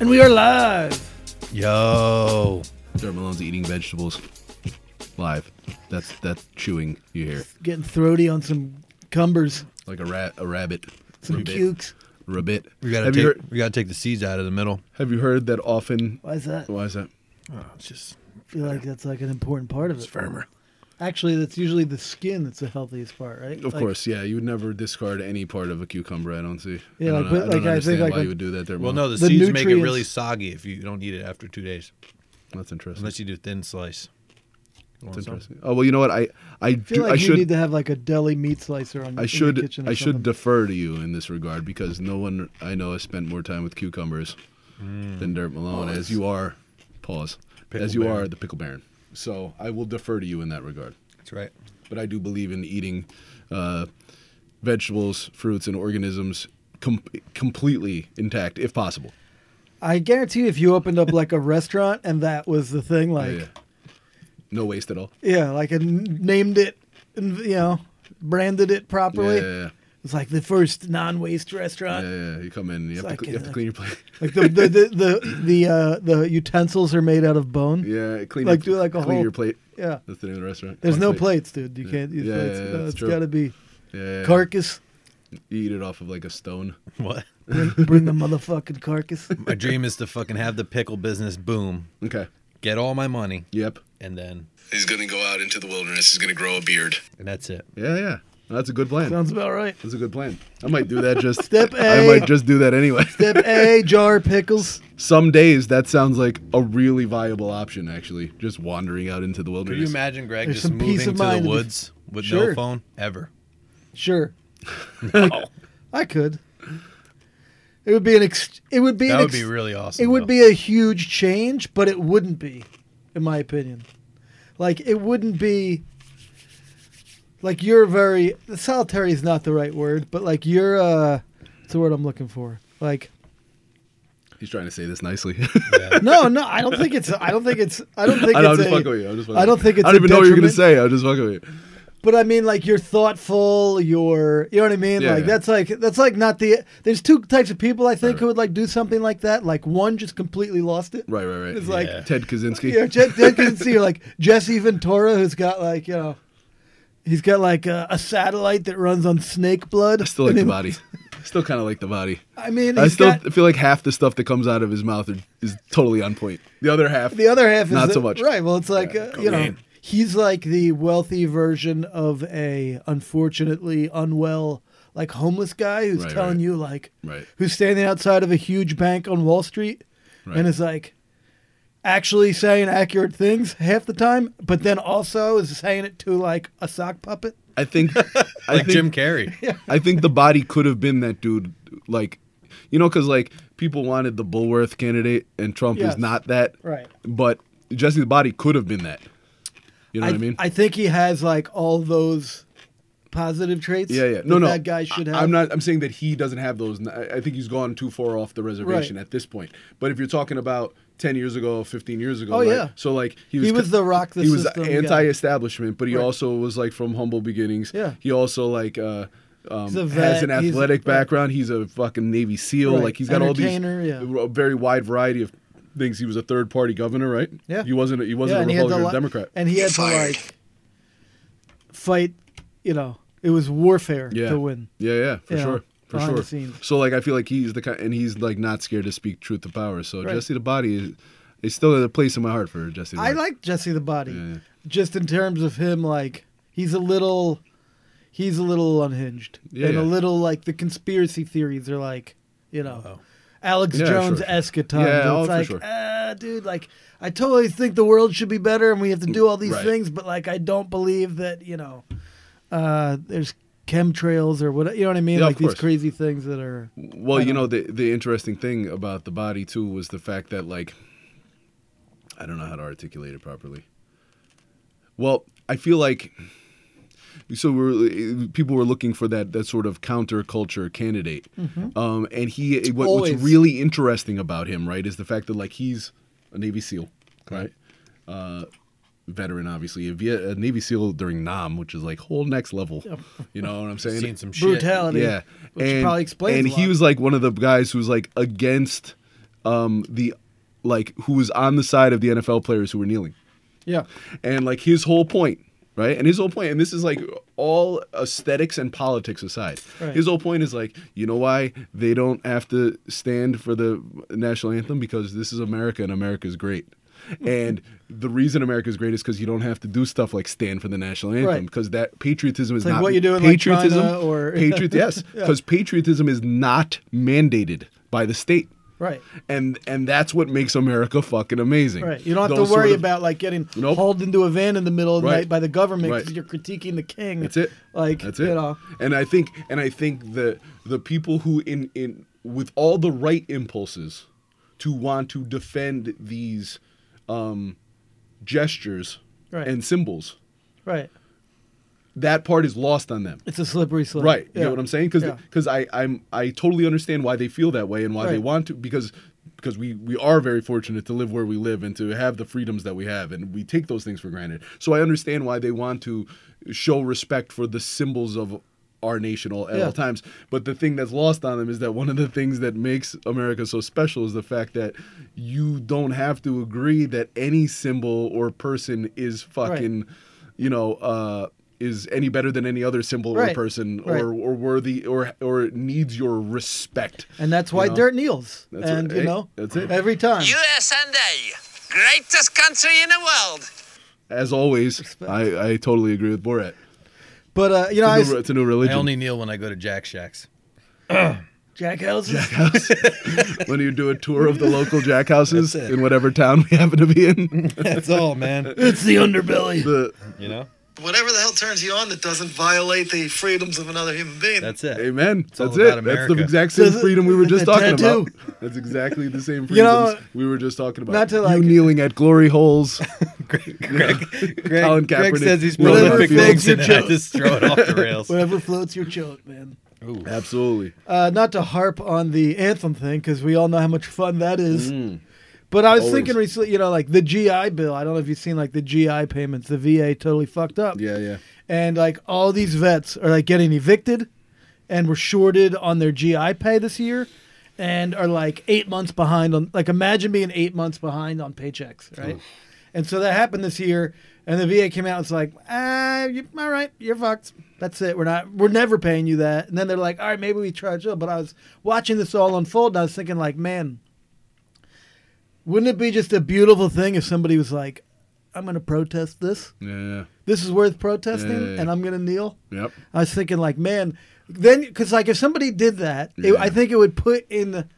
And we are live. Yo. Joe Malone's eating vegetables live. That's that's chewing you hear Getting throaty on some cumbers, like a rat, a rabbit, some rabbit, cukes. rabbit. We gotta have take you heard, we gotta take the seeds out of the middle. have you heard that often? Why is that? I Why is that? it's just feel like that's like an important part of it. firmer. Actually, that's usually the skin that's the healthiest part, right? Of Like, course, yeah. You would never discard any part of a cucumber. I don't see. Yeah, I don't, like, but, know- I like, I don't think, understand like, why a- you would do that. There, Well, Mom. no, the, The seeds make it really nutrients- soggy if you don't eat it after two days, that's interesting. unless you do thin slice. You want That's some? interesting. Oh well, you know what? I I I feel do, like I you should need to have like a deli meat slicer on. I in your should kitchen or I should something. defer to you in this regard because no one I know has spent more time with cucumbers than Dirt Malone, as you are. Pause. Mm. Pickle as you Baron. are the pickle baron. So I will defer to you in that regard. That's right. But I do believe in eating uh, vegetables, fruits, and organisms com- completely intact, if possible. I guarantee if you opened up like a restaurant and that was the thing, like Oh, Yeah. No waste at all. yeah, like and named it, and you know, branded it properly. Yeah, yeah, It's like the first non-waste yeah, restaurant. yeah, yeah. You come in, you have, like to, cl- you have in to a- clean your plate. Like the the the the the, uh, the utensils are made out of bone. yeah, clean Like, your, do like a clean whole- your plate. Yeah. That's the name of the restaurant. There's Clean no plate. plates, dude. You can't use Yeah, plates. yeah, Uh, yeah, that's it's true. got to be Yeah, yeah. carcass. You eat it off of like a stone. What? Bring, bring the motherfucking carcass. my dream is to fucking have the pickle business boom, Okay. get all my money, Yep. and then He's gonna go out into the wilderness. He's gonna grow a beard. and that's it. Yeah, yeah. That's a good plan. Sounds about right. That's a good plan. I might do that just. Step I A. might just do that anyway. Step A, jar of pickles. Some days that sounds like a really viable option. Actually, just wandering out into the Could wilderness. you imagine Greg There's just some peace moving of to the mind to be- woods with Sure. no phone ever? Sure. I could. It would be an ex- it would be That an would ex- be really awesome. it though. would be a huge change, but it wouldn't be in my opinion. Like it wouldn't be like you're very solitary is not the right word, but like you're uh what's the word I'm looking for? Like He's trying to say this nicely. Yeah. No, no, I don't think it's. I don't think it's. I don't think I it's. don't just a- fucking with you. I'm just fucking I don't with you. think it's. I don't a even know what you're gonna detriment, say. I'm just fucking with you. But I mean, like you're thoughtful. You're. You know what I mean? Yeah, like yeah. that's like that's like not the. There's two types of people I think Right, who would like do something like that. Like one just completely lost it. Right, right, right. It's like- Yeah. Ted Kaczynski. You know, Jet Jenkins, see like Jesse Ventura, who's got like you know, he's got like a, a satellite that runs on snake blood. I still like And the then- body. Still kind of like the body. I mean, I he's still got- feel like half the stuff that comes out of his mouth are, is totally on point. The other half, The other half is Not the- so much. Right. Well, it's like uh, you know, cocaine. he's like the wealthy version of a unfortunately unwell like homeless guy who's Right, telling right. you like Right. who's standing outside of a huge bank on Wall Street Right. and is like actually saying accurate things half the time, but then also is saying it to like a sock puppet. I think, I like think Jim Carrey. I think the body could have been that dude, like, you know, because like people wanted the Bullworth candidate, and Trump Yes. is not that. Right. But Jesse the Body could have been that. You know I, what I mean? I think he has like all those positive traits. yeah, yeah. That No, no. That guy should have. I, am not. I'm saying that he doesn't have those. n- I I think he's gone too far off the reservation Right. at this point. But if you're talking about 10 years ago, 15 years ago, Oh, like- yeah. So like he He was. was the rock the he was system guy. anti-establishment, but he Right. also was like from humble beginnings. Yeah. He also like. uh um, He's a has vet, an he's- athletic right. background. He's a fucking Navy SEAL. Right. Like he's got all these Entertainer, yeah. a very wide variety of things. He was a third party governor, right? Yeah. He wasn't. He wasn't yeah, a and he had Republican to, or li- Democrat. And he had to like fight, you know, it was warfare yeah. to win. Yeah, yeah, for You know, sure. For behind sure. the scenes. So like I feel like he's the kind and he's like not scared to speak truth to power. So Right. Jesse the body is, is still at a place in my heart for Jesse the I body. like Jesse the Body, Yeah, yeah. just in terms of him, like he's a little, he's a little unhinged Yeah, and a yeah. little like the conspiracy theories are like, you know. Uh-oh. Alex Yeah, sure, Jones sure. esque at Yeah, times. oh, it's for like, sure. ah, dude, like I totally think the world should be better and we have to do all these Right. things, but like I don't believe that you know, uh, there's chemtrails or what you know what I mean, Yeah, of like these course. crazy things that are Well, I you don't- know the the interesting thing about the body too was the fact that like I don't know how to articulate it properly. Well, I feel like so we're people were looking for that that sort of counterculture candidate, um, and he what, Mm-hmm. what's Always. really interesting about him, right, is the fact that like he's a Navy SEAL, right, uh, veteran obviously, a, Viet, a Navy SEAL during Nam, which is like whole next level, you know what I'm saying? Seen some shit. brutality. Yeah, which probably explains. And a he lot. was like one of the guys who was like against um, the like who was on the side of the NFL players who were kneeling Yeah. and like his whole point right and his whole point and this is like all aesthetics and politics aside Right. his whole point is like you know why they don't have to stand for the national anthem because this is america and america's great Mm-hmm. and the reason america's great is because you don't have to do stuff like stand for the national anthem Right. because that patriotism is like not what you do in, like, China patriotism or- patriot yes because patriotism is not mandated by the state Right. and and that's what makes america fucking amazing Right. You don't have Those to worry sort of- about like getting Nope. hauled into a van in the middle of the Right. night by the government because Right. you're critiquing the king. That's it. Like that's it. you know. And I think and I think the the people who in in with all the right impulses to want to defend these um gestures Right. and symbols, Right. that part is lost on them. It's a slippery slope. Right. You Yeah. know what I'm saying? Because Yeah. I I'm I totally understand why they feel that way and why they Right. want to because because we we are very fortunate to live where we live and to have the freedoms that we have and we take those things for granted. So I understand why they want to show respect for the symbols of our nation all, at Yeah. all times. But the thing that's lost on them is that one of the things that makes America so special is the fact that you don't have to agree that any symbol or person is fucking, you know, uh, is any better than any other symbol or Right. person Right. or or worthy or or needs your respect. And that's why You know? Dirt kneels. That's and right. you Hey, know, that's it. every time. US and A, greatest country in the world. As always, Respect. I, I totally agree with Borat. But uh, you know, I It's was, a, new, it's a new I religion. only kneel when I go to Jack Shack's. Jack Houses. when you do a tour of the local jackhouses That's it. in whatever town we happen to be in, That's all, man. It's the underbelly. the, You know, whatever the hell turns you on that doesn't violate the freedoms of another human being. that's it. amen. all about That's it. That's the America. exact same Does it- freedom we were just the talking tattoo. about. That's exactly the same freedoms You know, we were just talking about. not to, you like- kneeling at glory holes. Greg, Greg, Colin Greg, Greg Kaepernick. says he's Whatever prolific floats things, your and I boat. just throw it off the rails. Whatever floats your boat, man. Ooh. Absolutely. Uh, not to harp on the anthem thing because we all know how much fun that is. But I was Mm. Always. thinking recently, you know, like the GI Bill. I don't know if you've seen like the GI payments. The VA totally fucked up. Yeah, yeah. and like all these vets are like getting evicted and were shorted on their GI pay this year and are like eight months behind on like imagine being eight months behind on paychecks, right? And so that happened this year and the VA came out and was like, ah, you, all right, you're fucked. That's it. We're not we're never paying you that. And then they're like, all right, maybe we charge up. But I was watching this all unfold and I was thinking like, man, wouldn't it be just a beautiful thing if somebody was like, I'm gonna protest this? Yeah, yeah. this is worth protesting Yeah, yeah, yeah. and I'm going to kneel. Yep. I was thinking like, man, then because like if somebody did that, it, Yeah. I think it would put in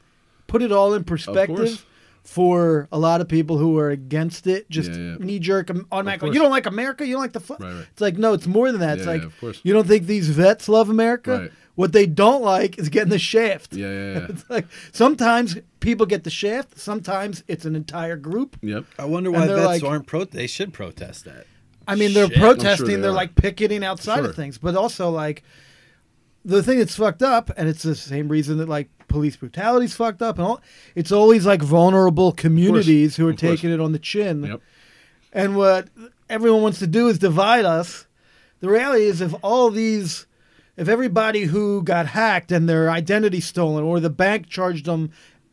put it all in perspective for a lot of people who are against it. Just Yeah, yeah. knee jerk automatic. course. You don't like America. You don't like the flag. Right, right. It's like no, it's more than that. it's Yeah, like yeah, of course. you don't think these vets love America. Right. What they don't like is getting the shaft. Yeah, yeah, yeah. It's like sometimes people get the shaft. Sometimes it's an entire group. Yep. I wonder why why And they're vets vets like- aren't pro. They should protest that. I mean, they're Shit. I'm sure protesting. they they are are. like picketing outside Sure. of things, but also like the thing that's fucked up, and it's the same reason that like police brutality's fucked up, and all. It's always like vulnerable communities who are Of course. taking it on the chin, Yep. and what everyone wants to do is divide us. The reality is, if all these, if everybody who got hacked and their identity stolen, or the bank charged them.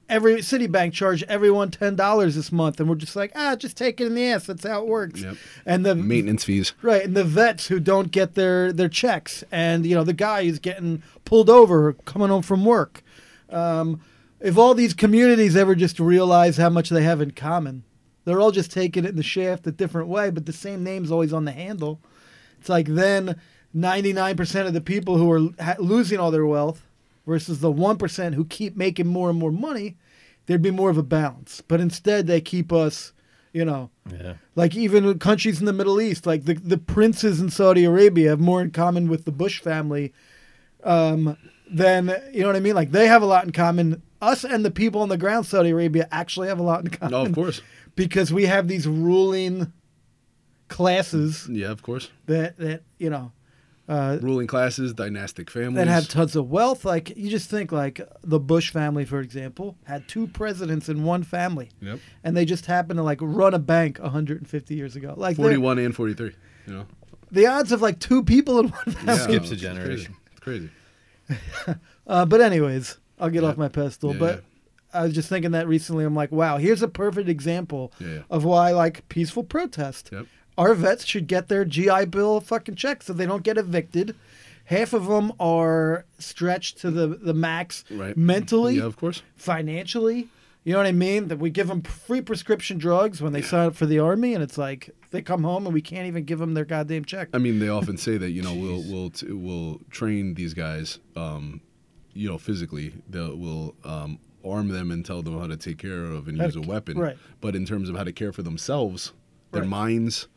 Every Citibank charged everyone ten dollars this month, and we're just like, ah, just take it in the ass. That's how it works. Yep. And the Maintenance fees. Right, and the vets who don't get their their checks, and you know the guy who's getting pulled over coming home from work. Um, if all these communities ever just realize how much they have in common, they're all just taking it in the shaft a different way, but the same name's always on the handle. It's like then ninety nine percent of the people who are ha- losing all their wealth versus the one percent who keep making more and more money, there'd be more of a balance. But instead, they keep us, you know Yeah. like even with countries in the Middle East, like the the princes in Saudi Arabia have more in common with the Bush family um, than you know what I mean. Like they have a lot in common. Us and the people on the ground, in Saudi Arabia, actually have a lot in common. No, Oh, of course. because we have these ruling classes Yeah, of course. that that you know uh, Ruling classes, dynastic families. that have tons of wealth. Like you just think, like the Bush family, for example, had two presidents in one family, Yep. and they just happened to like run a bank 150 years ago. Like they're- 41 and 43. You know? the odds of like two people in one family. Yeah, skips a it's crazy. generation. It's crazy. Uh, but anyways, I'll get off my pedestal. Yeah, but I was just thinking that recently. I'm like, wow, here's a perfect example Yeah, yeah. of why like peaceful protest. Yep. Our vets should get their GI Bill fucking check so they don't get evicted. Half of them are stretched to the the max Right. mentally Yeah, of course. financially. You know what I mean? That we give them free prescription drugs when they sign up for the army, and it's like they come home and we can't even give them their goddamn check. I mean, they often say that you know we'll we'll t- we'll train these guys, um, you know, physically. They'll we'll um, arm them and tell them how to take care of and use a weapon. right. But in terms of how to care for themselves, their Right. minds,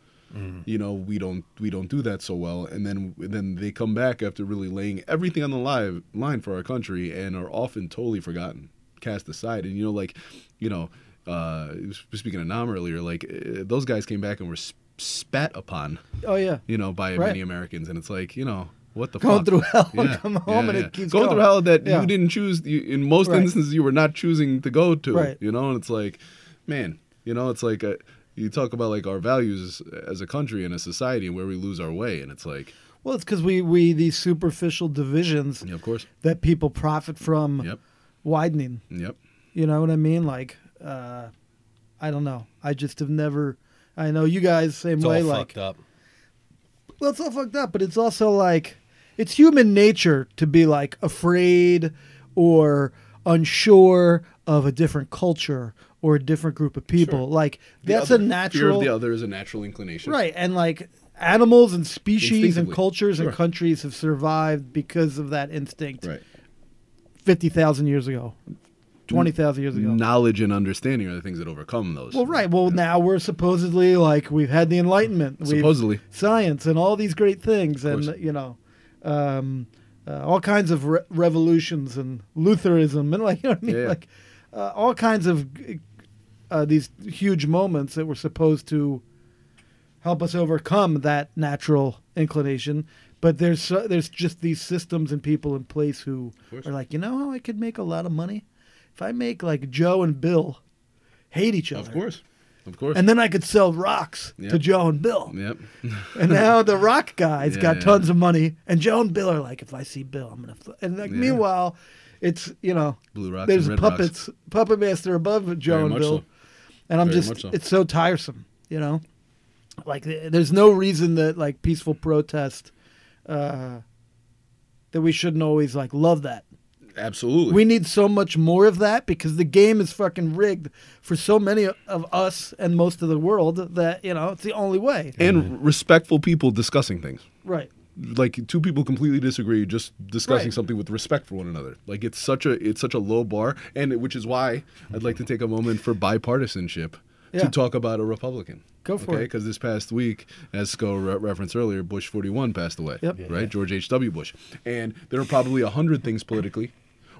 you know, we don't we don't do that so well. And then then they come back after really laying everything on the live line for our country and are often totally forgotten, cast aside. And you know, like, you know. Uh, speaking of Nam earlier, like uh, those guys came back and were sp- spat upon oh yeah, you know, by Right. many Americans, and it's like, you know, what the Going fuck? through hell and come home and it keeps going, through going. hell that Yeah. you didn't choose. You, in most Right. instances, you were not choosing to go to. Right. You know, and it's like, man, you know, it's like uh you talk about like our values as a country and a society and where we lose our way, and it's like, Well, it's because we we these superficial divisions yeah, of course, that people profit from Yep. widening. yep, You know what I mean? Like, uh, I don't know. I just have never. I know you guys same It's all way. like, fucked up. Well, it's all fucked up, but it's also like it's human nature to be like afraid or unsure of a different culture or a different group of people. Like The that's other- a fear of natural the other is a natural inclination, right, and like animals and species and Instinctively. cultures Sure. and countries have survived because of that instinct. Right. Fifty thousand years ago, twenty thousand years ago. Knowledge and understanding are the things that overcome those. Well, right. Well, now we're supposedly like we've had the Enlightenment, we've- Supposedly. science, and all these great things, and course. you know, um, uh, all kinds of re- revolutions and Lutheranism, and like you know what I mean, Yeah, yeah. like uh, all kinds of uh, these huge moments that were supposed to help us overcome that natural inclination. But there's so, there's just these systems and people in place who course. are like, you know, how I could make a lot of money if I make like Joe and Bill hate each other. Of course, of course. And then I could sell rocks to Yep. Joe and Bill. yep. And now the rock guys Yeah, got yeah. tons of money, and Joe and Bill are like, if I see Bill, I'm gonna. Fl-. And like, Yeah. meanwhile, it's you know, Blue rocks there's and red puppets, puppet master above Joe Very and much Bill, so. and I'm Very just, much so. it's so tiresome, you know. Like, th- there's no reason that like peaceful protest, uh, that we shouldn't always like love that. Absolutely. We need so much more of that because the game is fucking rigged for so many of us and most of the world that, you know, it's the only way. and respectful people discussing things. Right. like two people completely disagree just discussing Right. something with respect for one another like it's such a it's such a low bar and it, which is why i'd like to take a moment for bipartisanship Yeah. to talk about a republican Go for it. because this past week as sco re- referenced earlier bush 41 passed away Yep. right george h.w bush and there are probably a hundred things politically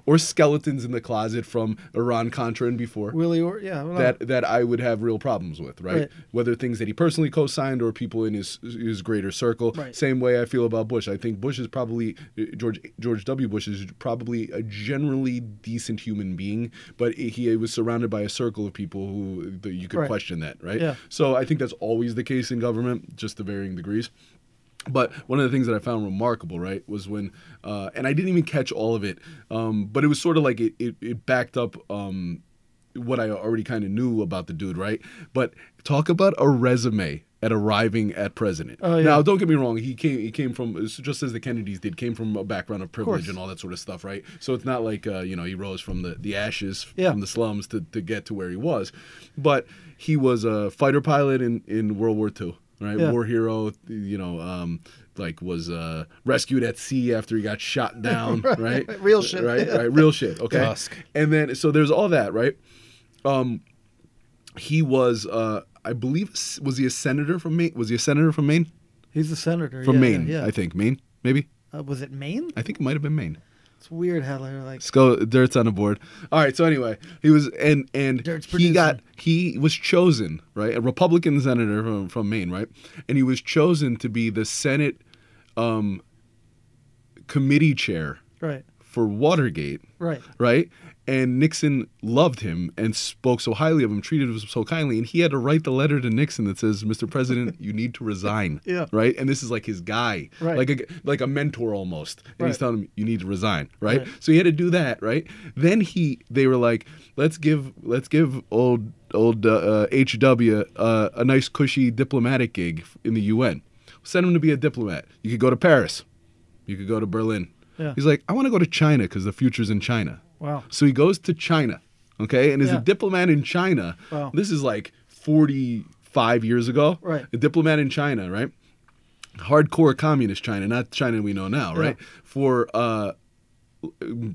or skeletons in the closet from iran contra and before Willie or, yeah. well, that that I would have real problems with, right? Right. Whether things that he personally co-signed or people in his his greater circle. Right. Same way I feel about Bush. I think Bush is probably George George W. Bush is probably a generally decent human being, but he was surrounded by a circle of people who that you could Right. question that, right? Yeah. So I think that's always the case in government, just to varying degrees. But one of the things that I found remarkable, right, was when, uh, and I didn't even catch all of it, um, but it was sort of like it, it, it backed up um, what I already kind of knew about the dude, right? But talk about a resume at arriving at president. Oh, yeah. Now, don't get me wrong, he came he came from, it's just as the Kennedys did, came from a background of privilege course. and all that sort of stuff, right? So it's not like, uh, you know, he rose from the, the ashes, Yeah. from the slums to, to get to where he was. But he was a fighter pilot in, in World War II, right? Yeah. War hero, you know, um, like was uh, rescued at sea after he got shot down, right? Real shit. Right, right, real shit. Okay. Tusk. And then so there's all that, right? Um, he was, uh, I believe, was he a senator from Maine? Was he a senator from Maine? he's a senator. From yeah, Maine, Yeah. I think. Maine, maybe. Uh, was it Maine? I think it might have been Maine. It's weird how they're like, Skull Dirt's on the board. All right, so anyway, he was and and Dirt's he producing. got he was chosen, right? A Republican senator from, from Maine, right? And he was chosen to be the Senate um committee chair right. for Watergate, Right. right? And Nixon loved him and spoke so highly of him, treated him so kindly, and he had to write the letter to Nixon that says, "Mr. President, you need to resign." Yeah. Right. And this is like his guy, Right. Like a like a mentor almost, and he's Right. telling him, "You need to resign." Right? Right. So he had to do that, right? Then he they were like, "Let's give let's give old old uh, uh, HW uh, a nice cushy diplomatic gig in the UN. Send him to be a diplomat. You could go to Paris." You could go to Berlin. Yeah. He's like, I want to go to China because the future's in China. Wow. So he goes to China, okay, and is Yeah. a diplomat in China. Wow. This is like 45 years ago. Right. A diplomat in China, right? Hardcore communist China, not China we know now, right? For uh,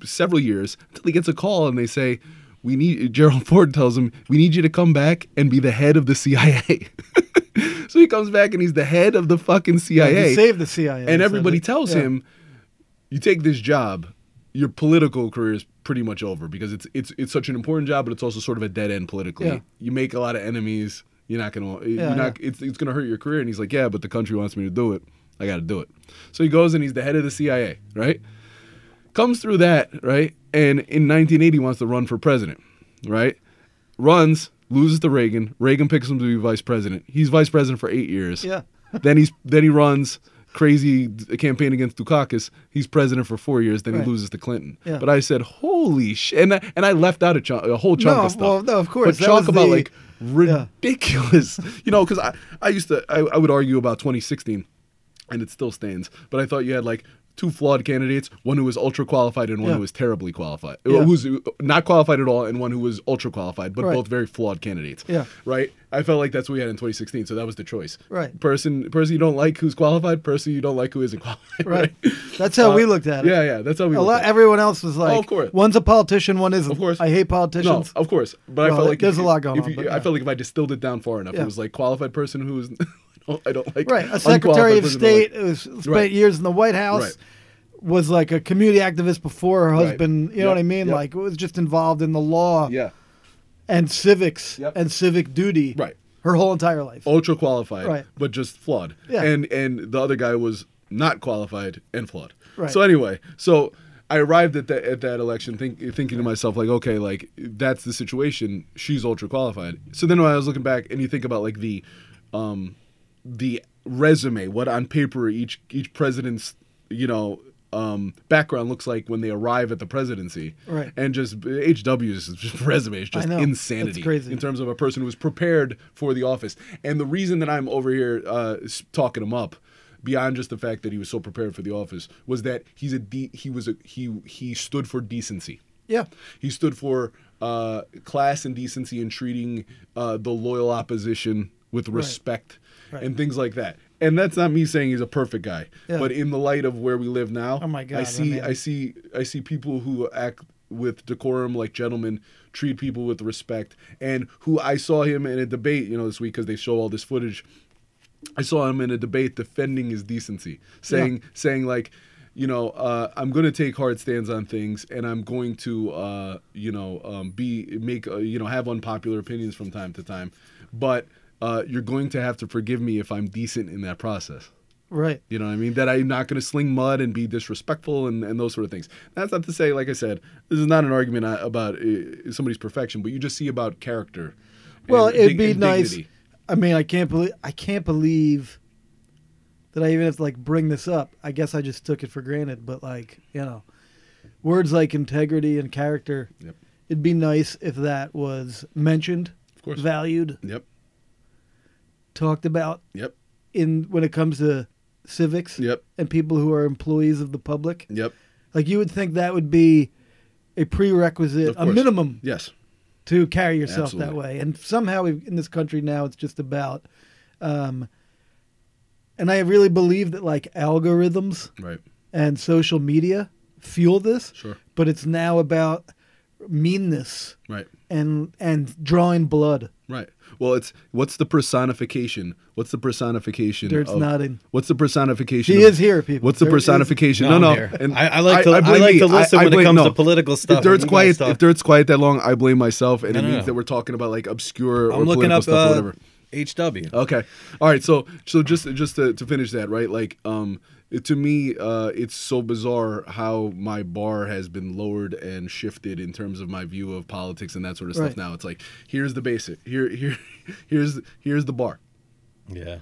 several years until he gets a call and they say, "We need." Gerald Ford tells him, "We need you to come back and be the head of the CIA." so he comes back and he's the head of the fucking CIA He saved the CIA. and everybody so- tells yeah. him, "You take this job, your political career is pretty much over because it's it's it's such an important job, but it's also sort of a dead end politically. Yeah. You make a lot of enemies. You're not gonna. Yeah, you're not. It's it's gonna hurt your career." And he's like, "Yeah, but the country wants me to do it. I got to do it." So he goes and he's the head of the CIA, right? Comes through that, right? And in 1980, wants to run for president, right? Runs, loses to Reagan. Reagan picks him to be vice president. He's vice president for eight years Yeah. then he's then he runs crazy d- campaign against Dukakis. He's president for four years. Then Right. he loses to Clinton. Yeah. But I said, holy shit, and I, and I left out a, chunk, a whole chunk No, of stuff. well, no, of course, But that talk was about the- like yeah. ridiculous, you know, because I I used to I, I would argue about 2016, and it still stands. But I thought you had like. Two flawed candidates, one who was ultra qualified and one Yeah. who was terribly qualified, Yeah. who was not qualified at all, and one who was ultra qualified, but Right. both very flawed candidates Yeah. right? I felt like that's what we had in 2016, so that was the choice. Right. Person, person you don't like who's qualified. Person you don't like who isn't qualified. Right. Right. That's how Uh, we looked at it. Yeah, yeah. That's how we. A looked lot, at it. everyone else was like, Oh, of course. one's a politician, one isn't. Of course. I hate no, politicians. of course, but I Well, felt like there's if a you- lot going if on, you- but I yeah. felt like if I distilled it down far enough, Yeah. it was like qualified person who is. I don't- I don't like Right. A Secretary unqualified of person who I like. State who spent Right. years in the White House. Right. Was like a community activist before her Right. husband, you know Yep, what I mean? yep. Like, was just involved in the law Yeah. and civics Yep. and civic duty Right. Oh. her whole entire life. ultra qualified, Right. but just flawed. Yeah. And and the other guy was not qualified and flawed. Right. So anyway, so I arrived at that at that election think, thinking to myself like, okay, like that's the situation. She's ultra qualified. So then when I was looking back, and you think about like the, um, the resume, what on paper each each president's you know. Um, background looks like when they arrive at the presidency, Right. And just HW's resume is I just know. That's insanity crazy. in terms of a person who was prepared for the office. And the reason that I'm over here uh, s- talking him up, beyond just the fact that he was so prepared for the office, was that he's a de- he was a he he stood for decency. yeah. He stood for uh, class and decency in treating uh, the loyal opposition with respect Right. and things like that. And that's not me saying he's a perfect guy, Yeah. but in the light of where we live now, Oh my God, I I see mean- I see I see people who act with decorum like gentlemen, treat people with respect, and who I saw him in a debate, you know, this week because they show all this footage I saw him in a debate defending his decency, saying saying like, you know, uh, I'm going to take hard stands on things, and I'm going to, uh, you know, um, be make uh, you know have unpopular opinions from time to time, but uh, you're going to have to forgive me if I'm decent in that process. Right. You know what I mean? That I'm not going to sling mud and be disrespectful and, and those sort of things. That's not to say, like I said, this is not an argument uh, about uh, somebody's perfection, but you just see about character. and Well, it'd dig- be and nice. dignity. I mean, I can't believe I can't believe that I even have to like bring this up. I guess I just took it for granted, but like you know, words like integrity and character. Yep. It'd be nice if that was mentioned, Of course. valued, Yep. talked about Yep. in when it comes to civics Yep. and people who are employees of the public. Yep. Like you would think that would be a prerequisite, Of a course. minimum Yes. to carry yourself that Absolutely. way. And somehow we in this country now, it's just about. Um, and I really believe that like algorithms Right. and social media fuel this. Sure. But it's now about meanness Right. and and drawing blood. Right. Well, it's what's the personification? What's the personification? There's of, nodding. What's the personification? She of- is here, people. What's the There is- personification? No, no, I'm no. here. I- I like to- I blame like me. to listen when it blame- comes to political stuff. If dirt's You guys quiet, talk. if dirt's quiet that long, I blame myself, and No, it no, means no. that we're talking about like obscure or I'm looking political up stuff or uh, whatever. HW. Okay. All right. So so just just to, to finish that right, like um it- to me, uh, it's so bizarre how my bar has been lowered and shifted in terms of my view of politics and that sort of Right. stuff. Now it's like, here's the basic. Here, here, here's here's the bar. Yeah.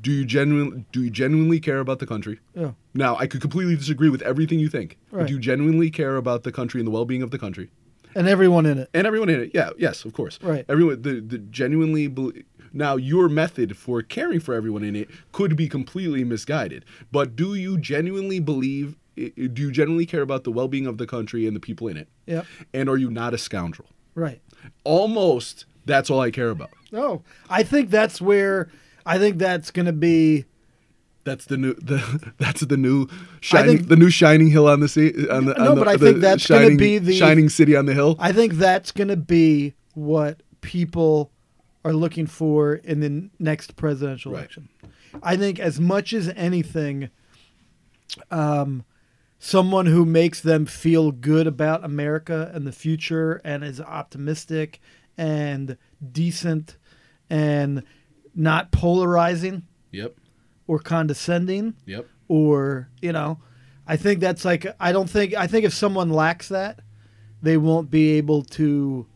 Do you genuinely do you genuinely care about the country? Yeah. Now I could completely disagree with everything you think. but Right. Do you genuinely care about the country and the well-being of the country? And everyone in it. and everyone in it. Yeah, yes, of course. Right. Everyone, the, the genuinely. Bel- now, your method for caring for everyone in it could be completely misguided. But do you genuinely believe? i- i- Do you genuinely care about the well-being of the country and the people in it? Yep. And are you not a scoundrel? Right. Almost. That's all I care about. No, I think that's where I think that's going to be. That's the new. The, that's the new shining. think- the new shining hill on the sea. On the, No, on the, but I the think that's gonna shining, be the- shining city on the hill. I think that's going to be what people are looking for in the next presidential Right. election. I think as much as anything, um, someone who makes them feel good about America and the future and is optimistic and decent and not polarizing yep. or condescending Yep. or you know i think that's like i don't think i think if someone lacks that they won't be able to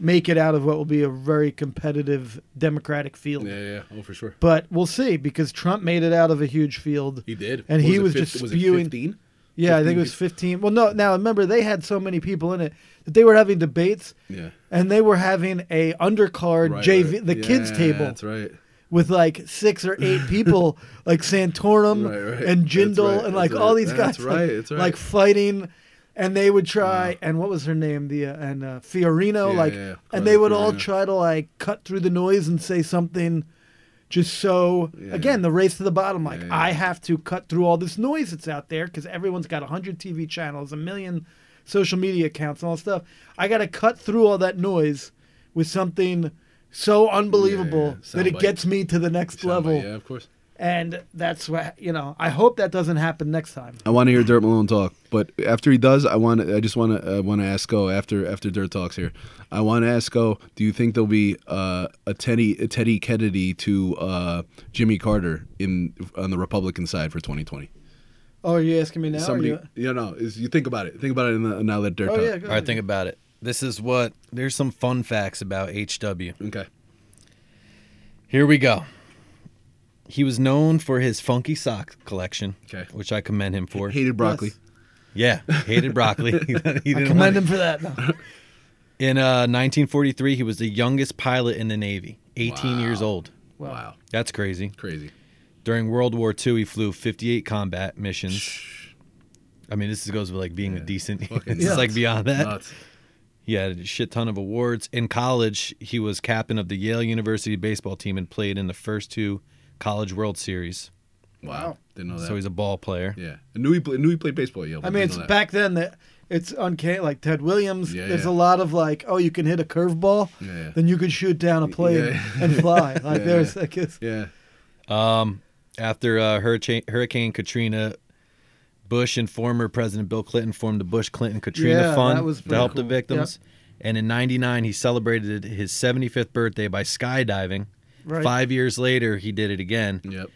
make it out of what will be a very competitive democratic field Yeah. Yeah. Oh, for sure. but we'll see because trump made it out of a huge field He did. and he it was fif- just was spewing- It 15? yeah i think it was 15 well no now remember they had so many people in it that they were having debates Yeah. and they were having a undercard Right, jv right. the kids Yeah, table That's right. with like six or eight people, like Santorum Right, right. and That's Jindal right, and like that's all right. these guys, That's like, right, that's right. like fighting, and they would try. And what was her name? The uh, and uh, Fiorino, Yeah, like, yeah, yeah. and they would all Fiorino. try to like cut through the noise and say something. Just so Yeah. again, the race to the bottom. Like Yeah, yeah. I have to cut through all this noise that's out there because everyone's got hundred TV channels, a million social media accounts, and all that stuff. I got to cut through all that noise with something so unbelievable that it Soundbite. gets me to the next level. Yeah, of course. And that's what you know. I hope that doesn't happen next time. I want to hear Dirt Malone talk, but after he does, I want I just want to uh, want to ask Go after after Dirt talks here. I want to ask Go, do you think there'll be uh, a Teddy a Teddy Kennedy to uh, Jimmy Carter in on the Republican side for 2020? Oh, are you asking me now? Somebody, you know, is you think about it. Think about it in the, now that Dirt oh talk. yeah. Go All right, think about it. This is what there's some fun facts about HW. Okay. Here we go. He was known for his funky sock collection, Okay. which I commend him for. Hated broccoli. yeah, hated broccoli. he didn't I want commend it. him for that. No. In uh, 1943, he was the youngest pilot in the Navy, 18 years old. Wow. Wow, That's crazy. crazy. During World War II, he flew 58 combat missions. I mean, this goes with like being a decent. It's nuts. like beyond that. Nuts. He had a shit ton of awards. In college, he was captain of the Yale University baseball team and played in the first two college World Series. Wow, didn't know Oh, that. So he's a ball player. yeah, I knew he played. Knew he played baseball. Yeah, I mean, it's back then that it's uncanny. Like Ted Williams, Yeah, there's yeah. a lot of like, oh, you can hit a curveball, Yeah, yeah. then you could shoot down a plane yeah. and fly. Like yeah. there's, I guess. Yeah, After uh, Hurricane, Hurricane Katrina, Bush and former President Bill Clinton formed the Bush Clinton Katrina Yeah, Fund that was to pretty help the cool. victims. And in 99, he celebrated his 75th birthday by skydiving. Right. Five years later, he did it again. yep.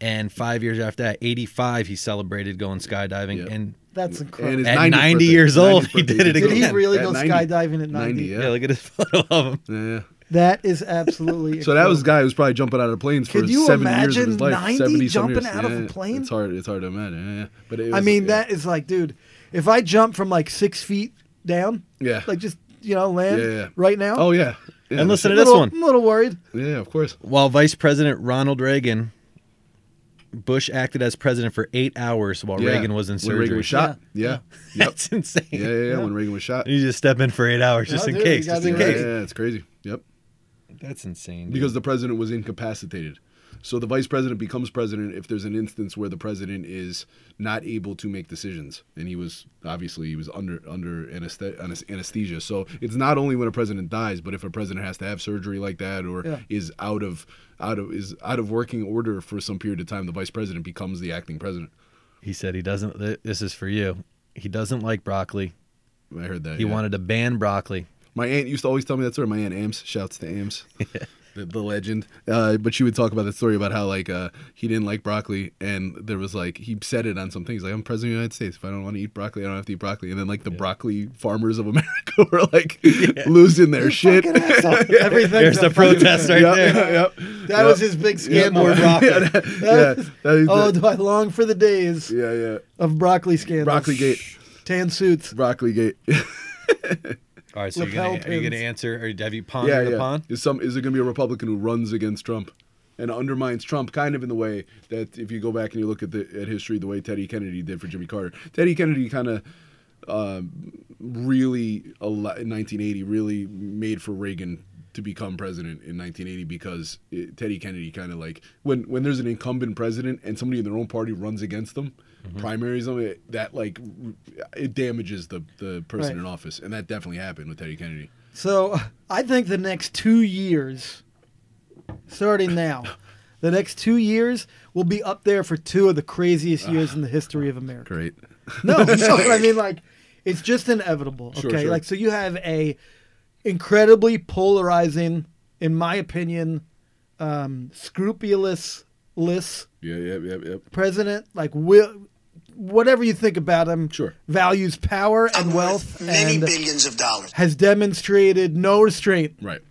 And five years after that, 85, he celebrated going skydiving. Yep. And That's And incredible. his At 90th 90 birthday. years old, 90th he did birthday. it Did he again. really At go 90, skydiving at 90? 90, yeah. yeah, look at his photo of him. Yeah, yeah. That is absolutely. So that was a incredible. guy who was probably jumping out of planes for Could you seven years of imagine his life. 90 70 some jumping years. out of a Yeah, plane? It's hard. It's hard to imagine. Yeah, yeah. but it I was- mean, yeah. that is like, dude, if I jump from like six feet down, Yeah. like just you know land Yeah, yeah. right now. Oh yeah. yeah And listen to I'm a this little- one. I'm a little worried. Yeah, of course. While Vice President Ronald Reagan, Bush acted as president for eight hours while Yeah. Reagan was in surgery. When Reagan was shot. Yeah. Yep. That's insane. Yeah, yeah, yeah. When Reagan was shot. Yeah, You just step in for eight hours just Yeah, in dude, case. you gotta Just in be yeah, ready. case. yeah. It's crazy. Yep. That's insane. dude. Because the president was incapacitated. So the vice president becomes president if there's an instance where the president is not able to make decisions, and he was obviously he was under under anesthe- anes- anesthesia. So it's not only when a president dies, but if a president has to have surgery like that or Yeah. is out of out of is out of working order for some period of time, the vice president becomes the acting president. he said he doesn't. th- This is for you. He doesn't like broccoli. I heard that. He yeah. wanted to ban broccoli. my aunt used to always tell me that story. My aunt Ams shouts to Ams. the, the legend. Uh, but she would talk about the story about how like uh, he didn't like broccoli, and there was like he said it on some things like I'm president of the United States. If I don't want to eat broccoli, I don't have to eat broccoli. And then like the broccoli farmers of America were like losing their shit. Fucking asshole. Everything. There's the protest right Yep, there. yep, That was his big yep. scandal. broccoli. yeah, that- yeah, that is oh, the- do I long for the days yeah, yeah. of broccoli scandals? Broccoli gate, Tan suits. broccoli gate. yeah, All right, so you're Lapel gonna, are you gonna pins. answer? Or have you pondered yeah. upon? Is some is it going to be a Republican who runs against Trump and undermines Trump, kind of in the way that if you go back and you look at the at history, the way Teddy Kennedy did for Jimmy Carter. Teddy Kennedy kind of. really a lot in 1980 really made for Reagan to become president in 1980 because it, Teddy Kennedy kind of like when when there's an incumbent president and somebody in their own party runs against them primaries them it, that like r- it damages the the person Right. in office and that definitely happened with Teddy Kennedy So I think the next two years, starting now, the next two years will be up there for two of the craziest years in the history of America. Ah, great No, no, but I mean like it's just inevitable. Okay, Sure, sure. like so you have a incredibly polarizing, in my opinion, um, scrupulous list yeah yeah yeah yeah president. Like will whatever you think about him, Sure. values power and I'm wealth worth many and billions of dollars. has demonstrated no restraint right